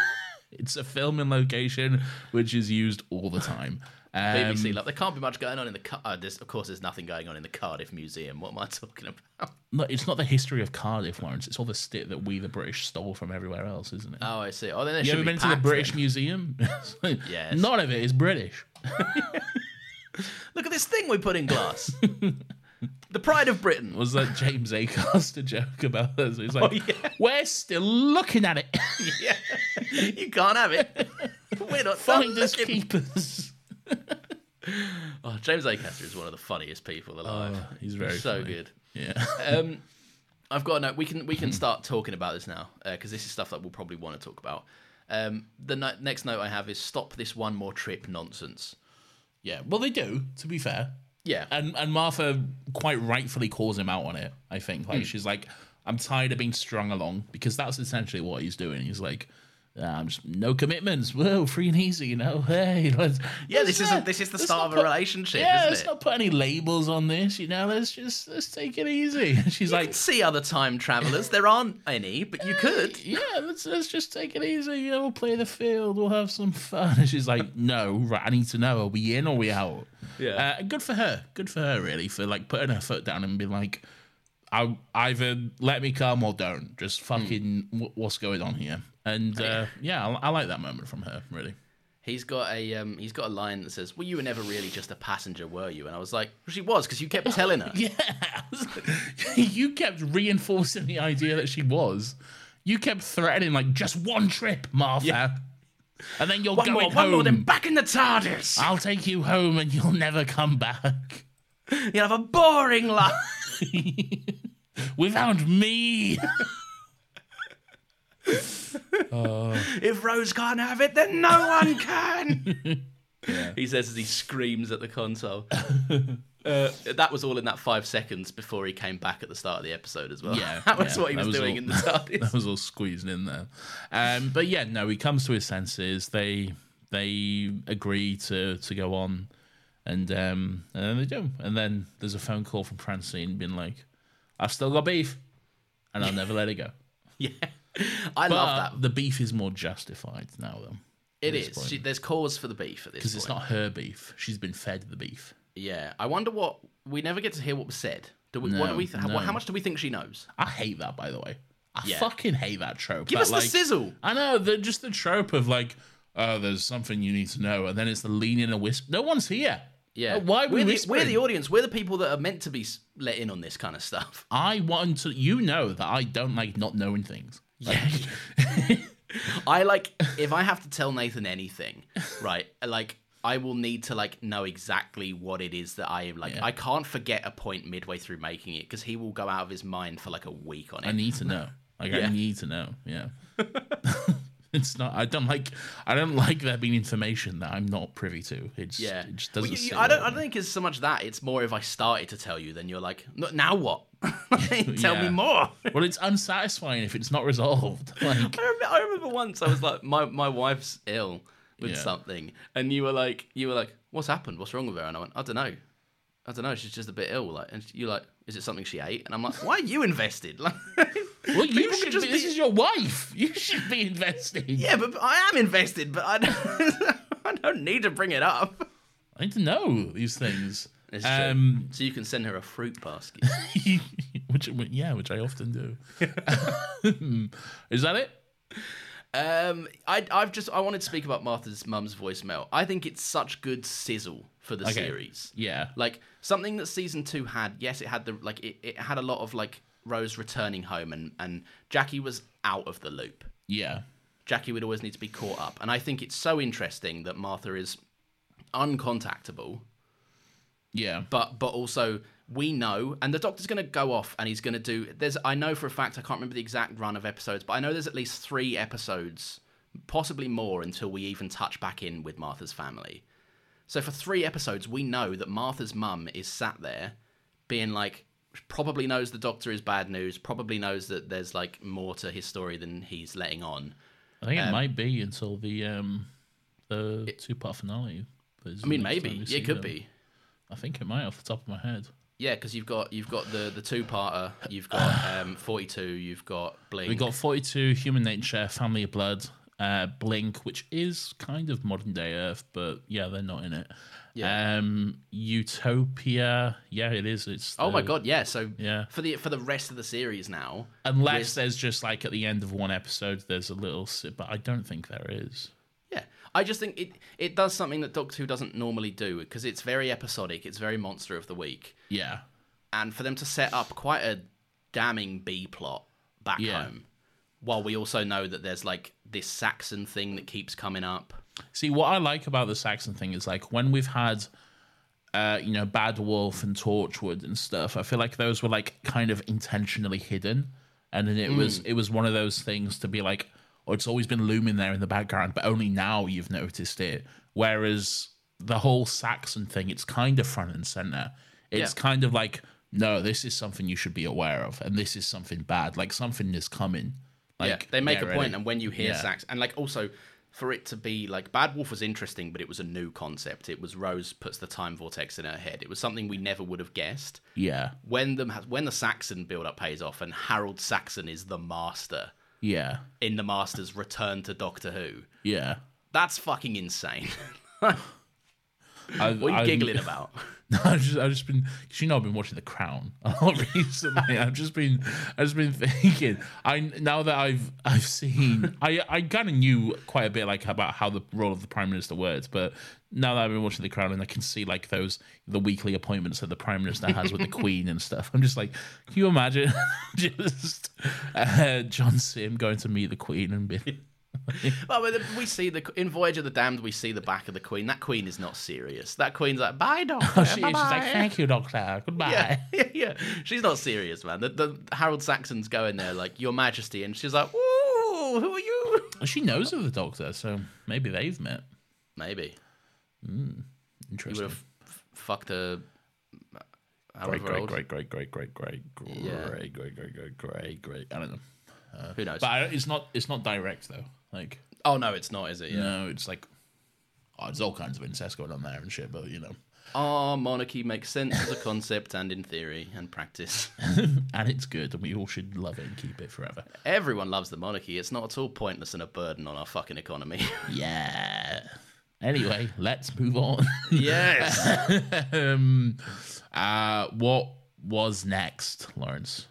C: <laughs>
B: it's a filming location which is used all the time. Um,
C: BBC, like there can't be much going on in the. Car- uh, there's, of course, there's nothing going on in the Cardiff Museum. What am I <laughs> talking about?
B: No, it's not the history of Cardiff, Lawrence. It's all the shit that we, the British, stole from everywhere else, isn't it?
C: Oh, I see. Oh, then there
B: you
C: should
B: ever
C: be
B: been to the
C: packed
B: British
C: then.
B: Museum? <laughs>
C: Yes.
B: None of it is British.
C: Look at this thing we put in <laughs> glass. the pride of Britain.
B: Was that James A. Costa joke about this? He's like,
C: Oh, yeah.
B: we're still looking at it.
C: yeah, <laughs> you can't have <laughs> it. <laughs> We're not done
B: Finders
C: looking. <laughs>
B: keepers.
C: Oh, James Acaster is one of the funniest people alive.
B: Oh, he's very
C: so
B: funny.
C: good.
B: Yeah.
C: Um, I've got a note. We can we <laughs> can start talking about this now because this is stuff that we'll probably want to talk about. Um, the no- next note I have is stop this one more trip nonsense.
B: Yeah. Well, they do, to be fair.
C: Yeah,
B: And and Martha quite rightfully calls him out on it. I think
C: Hmm.
B: like she's like, I'm tired of being strung along because that's essentially what he's doing. He's like, "Ah, I'm just no commitments. Whoa, free and easy. You know, hey. <laughs> Let's,
C: yeah.
B: let's
C: This
B: not-
C: is this is the
B: let's
C: start
B: not
C: of a
B: put-
C: relationship,
B: Yeah,
C: isn't
B: let's
C: it?
B: not put any labels on this. You know, let's just let's take it easy. <laughs> And she's
C: You
B: like,
C: can see other time travelers. There aren't any, but you could. <laughs>
B: yeah, let's let's just take it easy. You know, we'll play the field. We'll have some fun. <laughs> And she's like, no, right, I need to know. Are we in or are we out?
C: Yeah.
B: Uh, good for her. Good for her, really, for like putting her foot down and being like, I either let me come or don't.
C: Hmm.
B: Just fucking wh- what's going on here? And uh, yeah, I, I like that moment from her, really. <laughs>
C: He's got a um, he's got a line that says, "Well, you were never really just a passenger, were you?" And I was like, well, "She was, because you kept
B: <laughs>
C: telling her."
B: Yeah. you kept reinforcing the idea that she was. You kept threatening, like, just one trip, Martha. And then you're
C: One
B: going
C: more,
B: home.
C: one more, then back in the TARDIS.
B: I'll take you home and you'll never come back.
C: You'll have a boring life.
B: Without me.
C: if Rose can't have it, then no
B: <laughs>
C: one can. He says as he screams at
B: <laughs>
C: the console. Uh, that was all in that five seconds before he came back at the start of the episode as well. <laughs> that was
B: yeah,
C: what he
B: that
C: was, doing
B: all- <laughs>
C: in the TARDIS.
B: <laughs> That
C: <laughs>
B: was all squeezed in there. Um, but yeah, no, he comes to his senses. They they agree to to go on, and um, and then they do. And then there's a phone call from Francine being like, "I've still got beef, and I'll never let it <laughs> go."
C: yeah, I
B: But
C: love that.
B: the beef is more justified now, though,
C: It
B: this
C: is.
B: point.
C: She, there's cause for the beef at this
B: because
C: point.
B: it's not her beef. She's been fed the beef.
C: Yeah, I wonder what we never get to hear what was said. Do we? what do
B: No,
C: we? Th-
B: no.
C: How much do we think she knows?
B: I hate that, by the way. I
C: Yeah.
B: fucking hate that trope.
C: Give
B: that,
C: us the
B: like-
C: sizzle.
B: I know, the, just the trope of like, oh, there's something you need to know, and then it's the lean in and whisper. No one's here. Like, why
C: we're
B: would we?
C: the, we're the audience. We're the people that are meant to be s- let in on this kind of stuff. <laughs>
B: I want to. You know that I don't like not knowing things.
C: Yeah. I like if I have to tell Nathan anything, right? Like I will need to like know exactly what it is that I am like. I can't forget a point midway through making it because he will go out of his mind for like a week on it.
B: I need to know. Like
C: Yeah.
B: I need to know.
C: <laughs>
B: Yeah. <laughs> it's not. I don't like. I don't like there being information that I'm not privy to. It's
C: yeah,
B: It just doesn't.
C: Well, you-
B: sit
C: I don't.
B: well
C: I
B: with
C: don't
B: me.
C: think it's so much that. It's more if I started to tell you, then you're like, "No-
B: <laughs>
C: now what? <laughs> tell me
B: Yeah.
C: more.
B: Well, it's unsatisfying if it's not resolved. <laughs> Like,
C: I remember, I remember once I was like, my, my wife's ill with
B: Yeah.
C: something, and you were like, you were like, what's happened? What's wrong with her? And I went, I don't know, I don't know. She's just a bit ill. Like, and you're like, is it something she ate? And I'm like, why are you invested? <laughs> Like,
B: Well, you
C: People
B: should
C: could just
B: be, this
C: be-
B: is your wife. You should be investing.
C: Yeah, but but I am invested, but I don't, <laughs> I don't need to bring it up.
B: I need to know these things.
C: It's true.
B: um, <laughs>
C: So you can send her a fruit basket.
B: which yeah, which I often do. <laughs> is that it?
C: Um, I, I've just I wanted to speak about Martha's mum's voicemail. I think it's such good sizzle for the
B: Okay.
C: series.
B: Yeah.
C: like something that season two had. Yes, it had the like it, it had a lot of like Rose returning home and and Jackie was out of the loop.
B: Yeah.
C: Jackie would always need to be caught up, and I think it's so interesting that Martha is uncontactable,
B: Yeah.
C: but but also we know and the doctor's going to go off and he's going to do there's i know for a fact i can't remember the exact run of episodes but i know there's at least three episodes possibly more until we even touch back in with martha's family so for three episodes we know that martha's mum is sat there being like probably knows the doctor is bad news probably knows that there's like more to his story than he's letting on
B: I think it might be until the um the two part finale. is
C: i mean
B: the next time
C: maybe
B: we
C: Yeah,
B: see
C: it could
B: them.
C: be
B: I think it might off the top of my head.
C: yeah because you've got you've got the the two-parter
B: <sighs>
C: you've got um 42 you've got blink
B: We got forty two, Human Nature, Family of Blood, uh, Blink, which is kind of modern day Earth, but yeah, they're not in it.
C: Yeah.
B: Um Utopia. Yeah, it is. It's
C: Oh my
B: the-
C: god, yeah. So
B: Yeah. Uh,
C: for the for the rest of the series now,
B: Unless there's just like at the end of one episode, there's a little, si- but I don't think there is.
C: yeah. I just think it it does something that Doctor Who doesn't normally do because it's very episodic. It's very Monster of the Week,
B: Yeah,
C: and for them to set up quite a damning B plot back
B: Yeah.
C: home, while we also know that there's like this Saxon thing that keeps coming up.
B: See, what I like about the Saxon thing is like when we've had, uh, you know, Bad Wolf and Torchwood and stuff. I feel like those were like kind of intentionally hidden, and then
C: Hmm.
B: it was it was one of those things to be like, oh, it's always been looming there in the background, but only now you've noticed it. Whereas the whole Saxon thing, it's kind of front and center. It's
C: Yeah.
B: kind of like, no, this is something you should be aware of, and this is something bad. Like something is coming. Like
C: yeah, they make a
B: get
C: point,
B: ready.
C: and when you hear
B: Yeah.
C: Sax, and like also for it to be like Bad Wolf was interesting, but it was a new concept. It was Rose puts the time vortex in her head. It was something we never would have guessed.
B: yeah,
C: when the when the Saxon build up pays off and Harold Saxon is the master
B: yeah,
C: in the master's return to Doctor Who.
B: yeah.
C: That's fucking insane. <laughs>
B: I,
C: What are you
B: I'm-
C: giggling about?
B: <laughs> No, I've just, I've just been, cause you know, I've been watching The Crown <laughs> a lot recently. I've just been, I've just been <laughs> thinking. I now that I've, I've
C: <laughs>
B: seen, I, I kind of knew quite a bit like about how the role of the prime minister works, but now that I've been watching The Crown and I can see like those the weekly appointments that the prime minister has
C: <laughs>
B: with the Queen and stuff, I'm just like, can you imagine <laughs> just uh, John Sim going to meet the Queen and be,
C: Well, but we see the in Voyage of the Damned, we see the back of the Queen. That Queen is not serious. That Queen's like, bye, Doctor.
B: <laughs> oh, <laughs> she, she's
C: bye-bye."
B: like, thank you, Doctor, goodbye.
C: <laughs> yeah, <laughs> yeah, yeah. She's not serious, man. The, the Harold Saxon's going there like Your Majesty, and she's like, ooh, who are you? <laughs>
B: She knows of the Doctor, so maybe they've met.
C: Maybe you would
B: Interesting.
C: have f- fucked her. uh,
B: great,
C: However
B: great,
C: old.
B: great, great, great, great, great, great,
C: Yeah.
B: great, great, great, great, great, great. I don't know,
C: Who knows?
B: but I, it's not it's not direct though. Like
C: oh no, it's not, is it? Yeah.
B: no, it's like oh, there's all kinds of incest going on there and shit. But you know,
C: Our monarchy makes sense as a concept and in theory
B: <laughs>
C: and practice.
B: and it's good, and we all should love it and keep it forever.
C: Everyone loves the monarchy. It's not at all pointless and a burden on our fucking economy. <laughs>
B: Yeah. Anyway, let's move on. <laughs>
C: yes.
B: um, uh, what was next, Lawrence?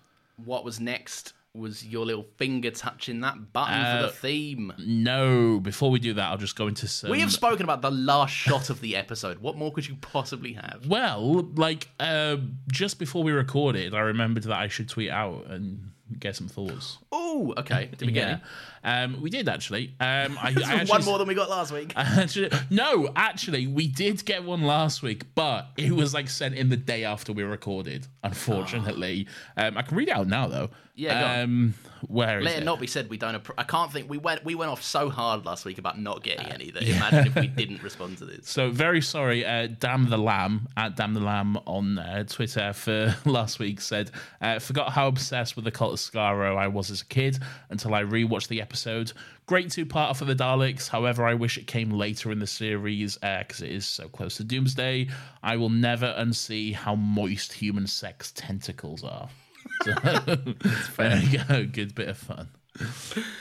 C: what was next was your little finger touching that button for
B: Uh,
C: the theme.
B: No, before we do that, I'll just go into some.
C: we have spoken about the last shot of the episode. What more could you possibly have?
B: Well, like uh, just before we recorded, I remembered that I should tweet out and get some thoughts.
C: Oh, okay. Did we get it?
B: um, we did actually. Um,
C: <laughs>
B: I, I actually
C: One more than we got last week.
B: <laughs> Actually, no, actually, we did get one last week, but it was like sent in the day after we recorded. Unfortunately, um, I can read it out now though.
C: Ah. Yeah, go on.
B: um, where is
C: Let it
B: it?
C: not be said we don't. Appro- I can't think we went. We went off so hard last week about not
B: Uh,
C: getting any that imagine if we
B: <laughs>
C: didn't respond to this.
B: So very sorry, uh, Damn the Lamb at Damn the Lamb on uh, Twitter for <laughs> last week said, uh, "Forgot how obsessed with the cult of Skaro I was as a kid until I rewatched the episode. Great two-parter for the Daleks. However, I wish it came later in the series because it is so close to Doomsday. I will never unsee how moist human sex tentacles are." <laughs> So there you go. Good bit of
C: <laughs>
B: fun.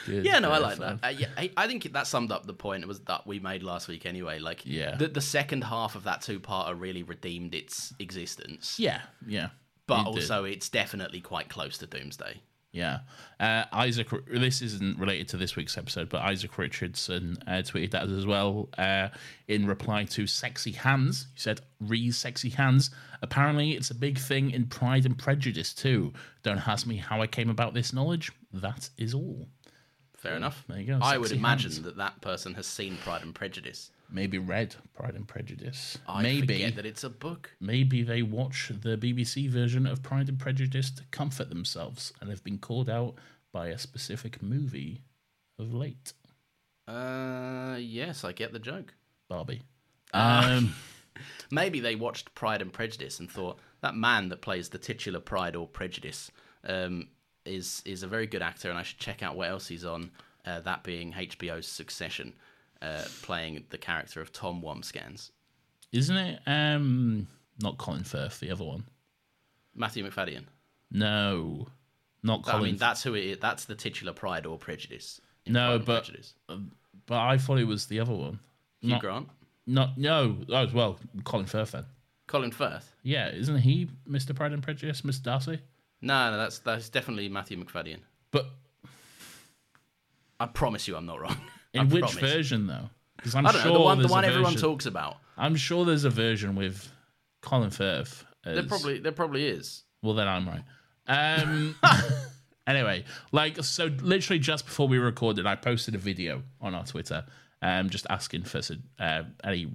B: Good
C: Yeah, no,
B: bit
C: I
B: of
C: like
B: fun.
C: that. Uh, yeah, I, I think that summed up the point it was that we made last week anyway. Like,
B: Yeah.
C: the, the second half of that two-parter really redeemed its existence.
B: Yeah, yeah.
C: but
B: You did.
C: also it's definitely quite close to Doomsday.
B: Yeah. Uh, Isaac, this isn't related to this week's episode, but Isaac Richardson uh, tweeted that as well uh, in reply to Sexy Hands. He said, Ree's Sexy Hands. Apparently, it's a big thing in Pride and Prejudice, too. Don't ask me how I came about this knowledge. That is all.
C: Fair enough.
B: there you go,
C: I would
B: Mm. sexy
C: imagine
B: hands.
C: that that person has seen Pride and Prejudice.
B: Maybe read Pride and Prejudice.
C: I
B: Maybe.
C: forget that it's a book.
B: Maybe they watch the BBC version of Pride and Prejudice to comfort themselves and have been called out by a specific movie of late.
C: Uh, yes, I get the joke.
B: Barbie.
C: Ah.
B: Um,
C: Maybe they watched Pride and Prejudice and thought that man that plays the titular Pride or Prejudice um, is is a very good actor, and I should check out what else he's on. Uh, that being HBO's Succession, uh, playing the character of Tom Wamscans.
B: isn't it? Um, not Colin Firth, the other one.
C: Matthew McFadden.
B: No, not
C: I
B: Colin.
C: mean, that's who it is. That's the titular Pride or Prejudice. in
B: No,
C: Pride and
B: but-
C: Prejudice.
B: but I thought it was the other one.
C: Hugh
B: not-
C: Grant,
B: Not no. Oh well, Colin Firth then.
C: Colin Firth.
B: Yeah, isn't he Mr. Pride and Prejudice, Miss Darcy?
C: No, no, that's that's definitely Matthew McFadden.
B: But
C: I promise you, I'm not wrong.
B: in
C: I
B: which
C: promise.
B: version though? Because I'm
C: I don't
B: sure
C: know the one the
B: there's a
C: one everyone
B: version-
C: talks about.
B: I'm sure there's a version with Colin Firth.
C: There
B: as-
C: probably there probably is.
B: Well, then I'm right.
C: <laughs>
B: Um, anyway, like, so literally just before we recorded, I posted a video on our Twitter um, just asking for uh, any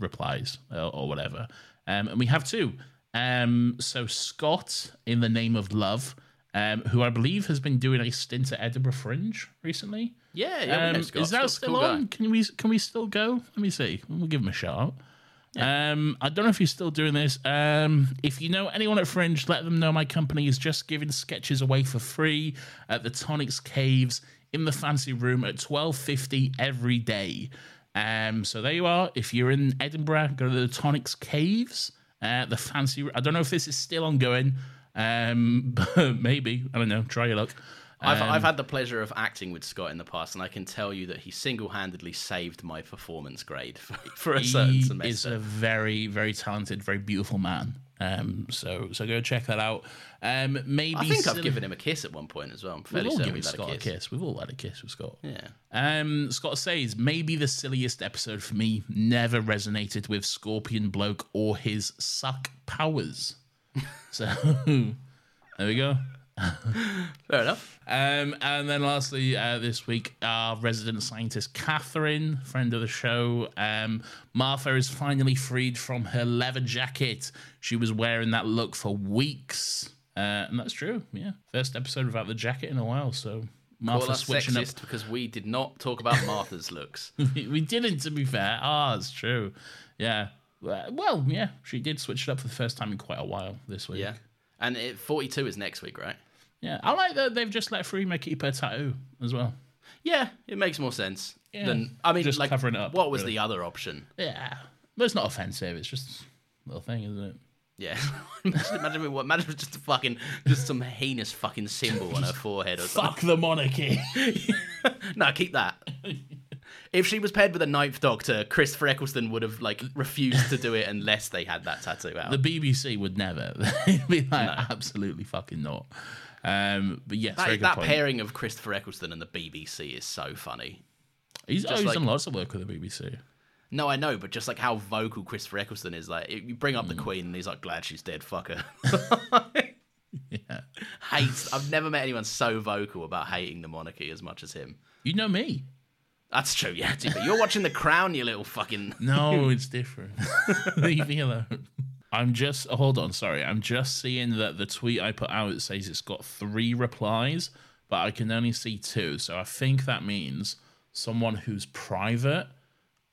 B: replies uh, or whatever. Um, and we have two. Um, so, Scott, in the name of love, um, who I believe has been doing a stint at Edinburgh Fringe recently.
C: Yeah, yeah. we know
B: Um,
C: Scott.
B: is that
C: Scott's a
B: still
C: cool guy.
B: on? Can we can we still go? Let me see. We'll give him a shout. Um, I don't know if he's still doing this. Um, if you know anyone at Fringe, let them know my company is just giving sketches away for free at the Tonics Caves in the Fancy Room at twelve fifty every day. Um, so there you are. If you're in Edinburgh, go to the Tonics Caves. Uh, the fancy. I don't know if this is still ongoing. Um, <laughs> but maybe I don't know. Try your luck.
C: I've,
B: Um,
C: I've had the pleasure of acting with Scott in the past, and I can tell you that he single-handedly saved my performance grade <laughs> for, for a certain
B: he
C: semester.
B: is a very, very talented, very beautiful man. Um, so so go check that out. Um, maybe
C: I think I've
B: silly-
C: given him a kiss at one point as well. I'm
B: We've
C: fairly
B: all
C: certain
B: given
C: we've had
B: Scott
C: a kiss.
B: We've all had a kiss with Scott.
C: Yeah.
B: Um, Scott says maybe the silliest episode for me never resonated with Scorpion Bloke or his suck powers. <laughs> So there we go.
C: Fair enough.
B: Um, and then lastly, uh, this week, our resident scientist Catherine, friend of the show, um, Martha is finally freed from her leather jacket. She was wearing that look for weeks. Uh, and that's true, yeah. First episode without the jacket in a while, so
C: Well,
B: Martha
C: that's
B: switching
C: sexist because we did not talk about
B: <laughs>
C: Martha's looks.
B: up. <laughs> we didn't, to be fair. Ah, it's true. Yeah. Well, yeah, she did switch it up for the first time in quite a while this week.
C: Yeah, and it, 42 is next week, right?
B: Yeah. I like that they've just let Freema keep her tattoo as well.
C: Yeah, it makes more sense
B: Yeah,
C: than I mean,
B: just
C: like
B: covering it up,
C: What was
B: really.
C: the other option?
B: Yeah. But it's not offensive. It's just a little thing, isn't it?
C: Yeah, <laughs> imagine, imagine we- imagine it was just a fucking just some heinous fucking symbol on her forehead or
B: <laughs>
C: something.
B: Fuck the monarchy.
C: No, keep that. If she was paired with a Ninth Doctor, Christopher Eccleston would have like refused to do it unless they had that tattoo out.
B: <laughs> the BBC would never. <laughs> They'd be like, absolutely fucking not. Um, but yes, very
C: that
B: good
C: that
B: point.
C: pairing of Christopher Eccleston and the BBC is so funny.
B: he's, oh, he's
C: like-
B: done lots of work with the BBC.
C: No, I know, but just like how vocal Christopher Eccleston is, like you bring up the
B: Mm.
C: Queen and he's like, "Glad she's dead, fucker."
B: <laughs> Yeah.
C: Hates. I've never met anyone so vocal about hating the monarchy as much as him.
B: You know me.
C: That's true, yeah. T- But you're watching The Crown, you little fucking.
B: <laughs> No, it's different. Leave me alone. I'm just oh, hold on, sorry. I'm just seeing that the tweet I put out says it's got three replies, but I can only see two. So I think that means someone who's private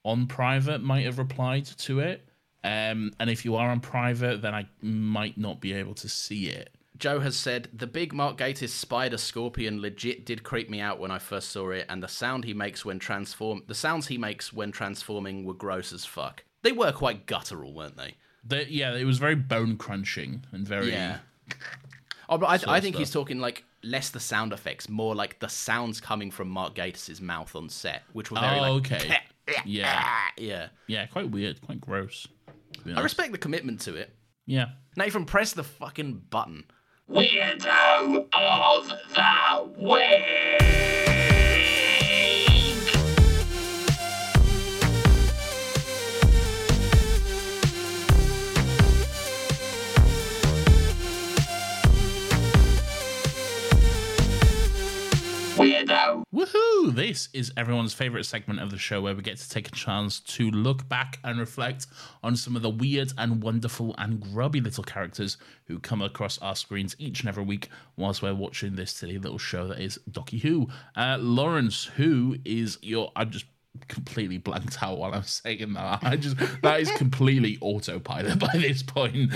B: on private might have replied to it. Um, and if you are on private, then I might not be able to see it.
C: Joe has said the big Mark Gatiss spider scorpion legit did creep me out when I first saw it, and the sound he makes when transform the sounds he makes when transforming were gross as fuck. They were quite guttural, weren't they?
B: The, yeah, it was very bone crunching and very.
C: Yeah. Oh, but I,
B: sort
C: I
B: of
C: think he's
B: stuff.
C: talking like less the sound effects, more like the sounds coming from Mark Gatiss' mouth on set, which were very
B: Oh,
C: like, "Ah,"
B: okay. <laughs> yeah,
C: yeah.
B: yeah, quite weird, quite gross. to be
C: I
B: honest.
C: respect the commitment to it.
B: Yeah.
C: Nathan, press the fucking button.
D: Weirdo of the Week. Weirdo.
B: Woohoo! This is everyone's favorite segment of the show where we get to take a chance to look back and reflect on some of the weird and wonderful and grubby little characters who come across our screens each and every week whilst we're watching this silly little show that is Docky Who. Uh, Lawrence, who is your. I just completely blanked out while I'm saying that. I just. that is completely autopilot by this point.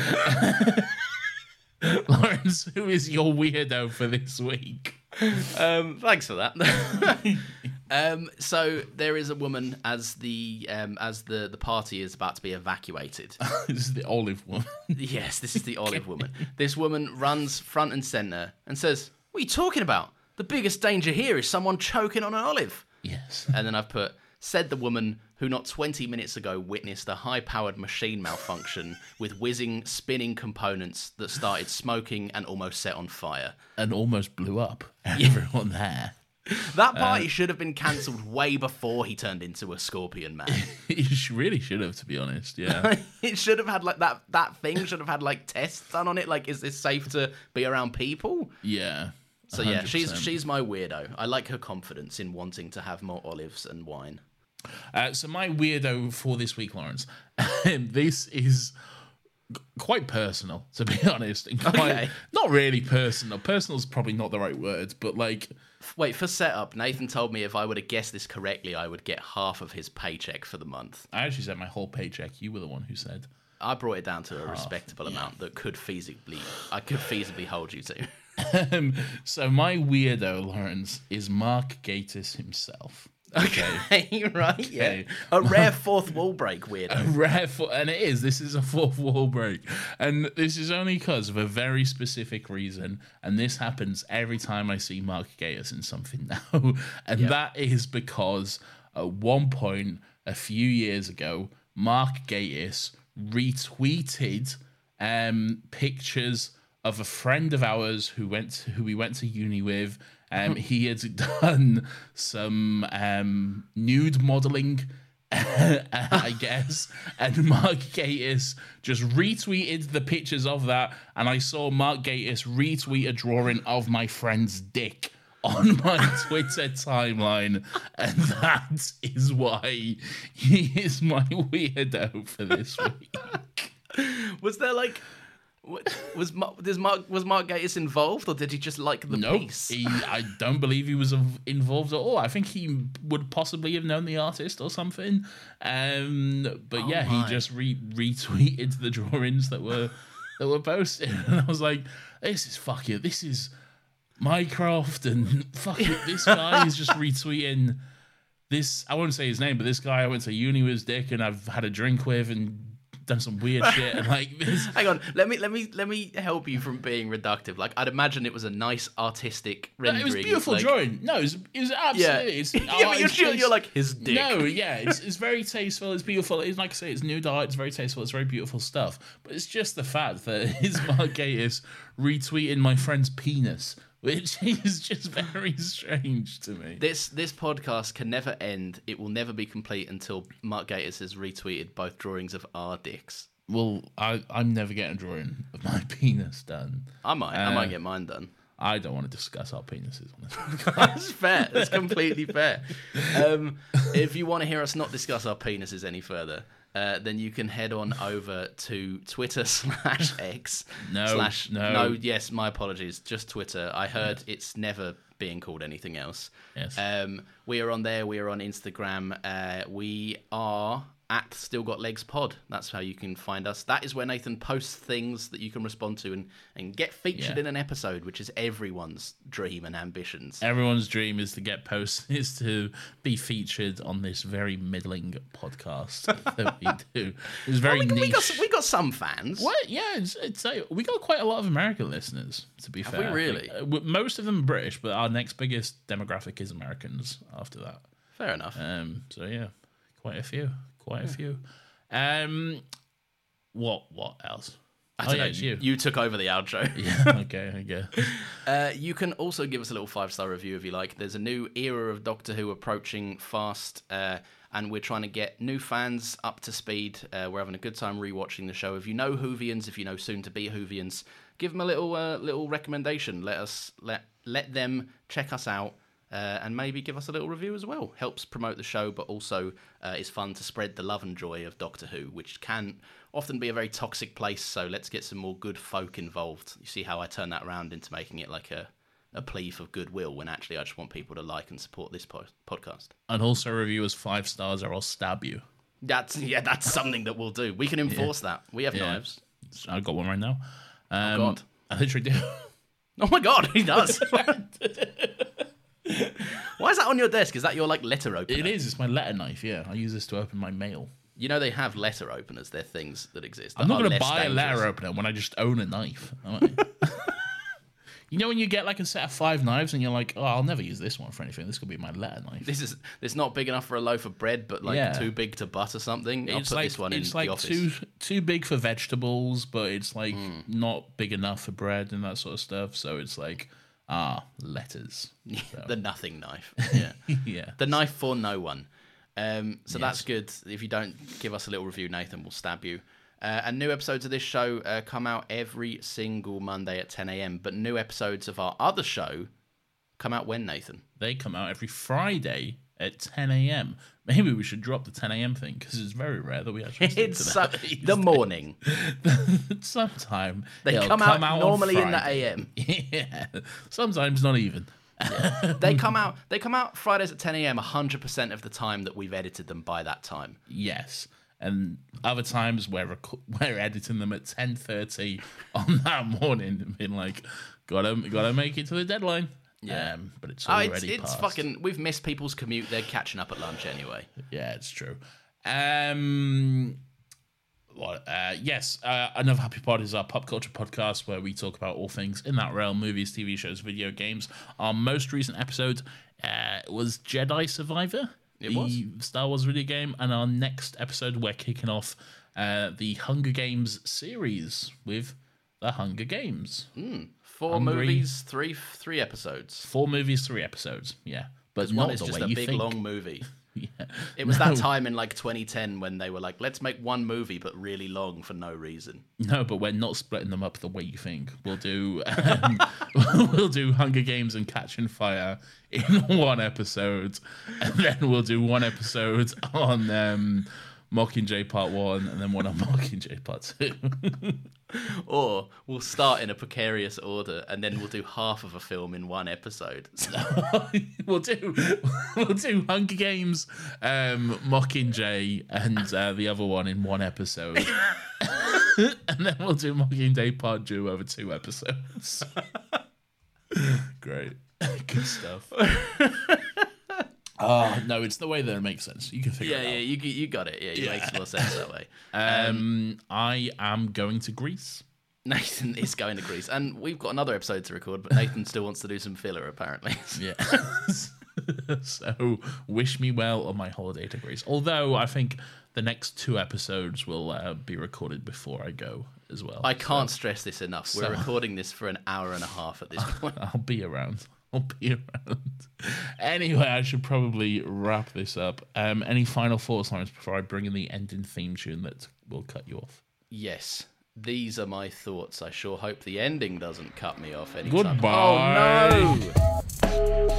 B: <laughs> Lawrence, who is your weirdo for this week? <laughs>
C: Um, thanks for that. <laughs> um, so there is a woman as the um, as the the party is about to be evacuated.
B: this is the olive one.
C: Yes, this is the olive woman. This woman runs front and center and says, "What are you talking about? The biggest danger here is someone choking on an olive."
B: Yes.
C: And then I've put, "Said the woman who not 20 minutes ago witnessed a high-powered machine malfunction with whizzing, spinning components that started smoking and almost set on fire."
B: And almost blew up everyone there. <laughs>
C: That
B: Uh,
C: party should have been cancelled way before he turned into a scorpion
B: <laughs>
C: man.
B: You sh- really should have, to be honest. <laughs> Yeah.
C: it should have had like that that thing should have had like tests done on it. Like, is this safe to be around people?
B: yeah.
C: So yeah, she's
B: 100%.
C: she's my weirdo. I like her confidence in wanting to have more olives and wine.
B: Uh, so my weirdo for this week, Lawrence. <laughs> this is g- quite personal, to be <laughs> honest. And quite,
C: Okay.
B: Not really personal. Personal's probably not the right word, but like,
C: F- Wait for setup. Nathan told me if I would have guessed this correctly, I would get half of his paycheck for the month.
B: I actually said my whole paycheck. You were the one who said. <laughs>
C: I brought it down to a respectable amount that could feasibly I could feasibly hold you to.
B: Um, so my weirdo, Lawrence, is Mark Gatiss himself. Okay.
C: Hey, <laughs> right? Yeah.
B: Okay. <laughs>
C: A rare fourth wall break
B: a
C: <laughs> weirdo.
B: rare fo- and it is this is a fourth wall break and this is only because of a very specific reason and this happens every time i see mark gaius in something <laughs> now and that is because at one point a few years ago mark gaius retweeted um pictures of a friend of ours who went who we went to uni with um he had <laughs> done some um nude modeling <laughs> I guess. And Mark Gatiss just retweeted the pictures of that, and I saw Mark Gatiss retweet a drawing of my friend's dick on <laughs> my Twitter timeline, and that is why he is my weirdo for this week.
C: Was there like wa- was Ma- does Mark was Mark Gatiss involved or did he just like the
B: No,
C: piece?
B: he, I don't believe he was inv- involved at all. I think he would possibly have known the artist or something. Um, but yeah,
C: my.
B: he just re- retweeted the drawings that were that were posted, <laughs> and I was like, "This is fucking. This is Minecraft, and <laughs> fuck it, this guy is just retweeting." This I won't say his name, but this guy I went to uni with, Dick, and I've had a drink with, and done some weird shit, and like this.
C: Hang on, let me let me let me help you from being reductive. Like I'd imagine it was a nice artistic rendering.
B: It was
C: It's
B: beautiful
C: like-
B: drawing. No, it was, it was absolutely. It's,
C: <laughs> Yeah,
B: oh,
C: but you're
B: it's
C: sure- you're like, his dick.
B: No,
C: <laughs>
B: yeah, it's, it's very tasteful. It's beautiful. It's like I say, it's nude art. It's very tasteful. It's very beautiful stuff. But it's just the fact that <laughs> his Mark Gatiss retweeting my friend's penis, which <laughs> is just very strange to me.
C: This this podcast can never end. It will never be complete until Mark Gatiss has retweeted both drawings of our dicks.
B: Well, I, I'm never getting a drawing of my <laughs> penis done.
C: I might I
B: Uh,
C: might get mine done.
B: I don't want to discuss our penises on this
C: That's fair. That's completely fair. Um, if you want to hear us not discuss our penises any further, uh, then you can head on over to Twitter <laughs> slash X
B: No,
C: slash
B: no.
C: Yes, my apologies. Just Twitter. I heard it's never being called anything else.
B: Yes.
C: Um, we are on there. We are on Instagram. Uh, we are at Still Got Legs Pod. That's how you can find us. That is where Nathan posts things that you can respond to and, and get featured
B: Yeah.
C: in an episode, which is everyone's dream and ambitions.
B: Everyone's dream is to get post <laughs> is to be featured on this very middling podcast <laughs> that we do. It's very
C: Oh, we, got-
B: niche.
C: we got, some- we got some fans.
B: What? Yeah, it's, it's like, we got quite a lot of American listeners. To be fair,
C: we really?
B: Uh, w- most of them British, but our next biggest demographic is Americans. After that,
C: Fair enough.
B: um, so yeah, quite a few, quite a few. Um, what? What else?
C: I
B: oh,
C: don't
B: yeah,
C: know.
B: it's you.
C: You, you took over the
B: <laughs>
C: outro. <laughs>
B: okay, I guess.
C: Uh, you can also give us a little five star review if you like. There's a new era of Doctor Who approaching fast, uh, and we're trying to get new fans up to speed. Uh, we're having a good time rewatching the show. If you know Whovians, if you know soon to be Whovians, give them a little uh, little recommendation. Let us let let them check us out. Uh, and maybe give us a little review as well. Helps promote the show, but also uh, is fun to spread the love and joy of Doctor Who, which can often be a very toxic place. So let's get some more good folk involved. You see how I turn that around into making it like a, a plea for goodwill when actually I just want people to like and support this po- podcast.
B: And also review us five stars, or I'll stab you.
C: That's yeah, that's something that we'll do. We can enforce that. We have
B: Yeah.
C: knives.
B: I've got one right now. Um,
C: God.
B: I literally <laughs> do.
C: Oh my god, he does. Why is that on your desk? Is that your like letter opener?
B: <laughs> It is. It's my letter knife. Yeah, I use this to open my mail.
C: You know they have letter openers. They're things that exist.
B: I'm
C: that
B: not
C: are
B: going to
C: less
B: buy a letter
C: dangerous.
B: opener when I just own a knife. am <laughs> I? you know when you get like a set of five knives and you're like, oh, I'll never use this one for anything. This could be my letter knife.
C: This is it's not big enough for a loaf of bread, but like
B: Yeah.
C: too big to butter something. I'll
B: it's
C: put
B: like
C: this one in
B: it's like
C: the office. <laughs> Hmm.
B: too too big for vegetables, but it's like not big enough for bread and that sort of stuff. So it's like ah letters. <laughs>
C: the nothing knife. Yeah.
B: yeah.
C: the knife for no one. Um, so that's good. If you don't give us a little review, Nathan will stab you. Uh, and new episodes of this show uh, come out every single Monday at 10 a.m. But new episodes of our other show come out
B: <laughs>
C: when, Nathan?
B: They come out every Friday at 10 a.m. Maybe we should drop the 10 a.m. thing because it's very rare that we actually stick to
C: It's so,
B: that.
C: <laughs> the morning.
B: <laughs> sometime
C: They
B: it'll
C: come, out,
B: on
C: normally in the
B: Friday. <laughs>
C: a.m.
B: yeah, sometimes not even. <laughs>
C: They come out. They come out Fridays at 10 a.m. 100% of the time that we've edited them by that time.
B: Yes, and other times we're rec- we're editing them at ten thirty on <laughs> that morning and being like, gotta gotta make it to the deadline. Yeah, um, but it's
C: Oh, it's,
B: already
C: it's
B: passed.
C: fucking. We've missed people's commute. They're catching up at lunch anyway.
B: Yeah, it's true. Um, what? Uh, yes, uh, another Happy Pod is our pop culture podcast where we talk about all things in that realm: movies, TV shows, video games. Our most recent episode uh, was Jedi Survivor,
C: It was.
B: the Star Wars video game, and our next episode we're kicking off uh, the Hunger Games series with the Hunger Games.
C: Hmm. Four
B: Hungry.
C: movies, three three episodes.
B: Four movies, three episodes. Yeah, but not
C: one is
B: the
C: just
B: way
C: a
B: you
C: big
B: think.
C: long movie.
B: <laughs> Yeah.
C: It was that time in like 2010 when they were like, let's make one movie but really long for no reason.
B: No, but we're not splitting them up the way you think. We'll do um, <laughs> we'll do Hunger Games and Catching Fire in <laughs> one episode, and then we'll do one episode <laughs> on um, Mockingjay Part One, and then one on <laughs> Mockingjay Part Two. <laughs>
C: Or we'll start in a precarious order and then we'll do <laughs> half of a film in one episode.
B: <laughs> we'll do <laughs> we'll do Hunger Games, um, Mockingjay, and uh, the other one in one episode, <laughs> and then we'll do Mockingjay Part Two over two episodes. <laughs> Great, <laughs> good <laughs> stuff. Oh no, it's the way that it makes sense. You can figure
C: yeah,
B: it out.
C: yeah, you you got it. Yeah, it makes more sense that
B: <laughs>
C: way.
B: Um, I am going to Greece.
C: Nathan is going to Greece, and we've got another episode to record, but Nathan still wants to do some filler apparently. <laughs>
B: Yeah. <laughs> so wish me well on my holiday to Greece. Although I think the next two episodes will uh, be recorded before I go as well.
C: I can't stress this enough. We're recording this for an hour and a half at this point.
B: I'll be around. <laughs> I'll be around. anyway, I should probably wrap this up. Um, any final thoughts, Lawrence, before I bring in the ending theme tune that will cut you off?
C: Yes, these are my thoughts. I sure hope the ending doesn't cut me off anytime.
B: Goodbye.
C: Oh no!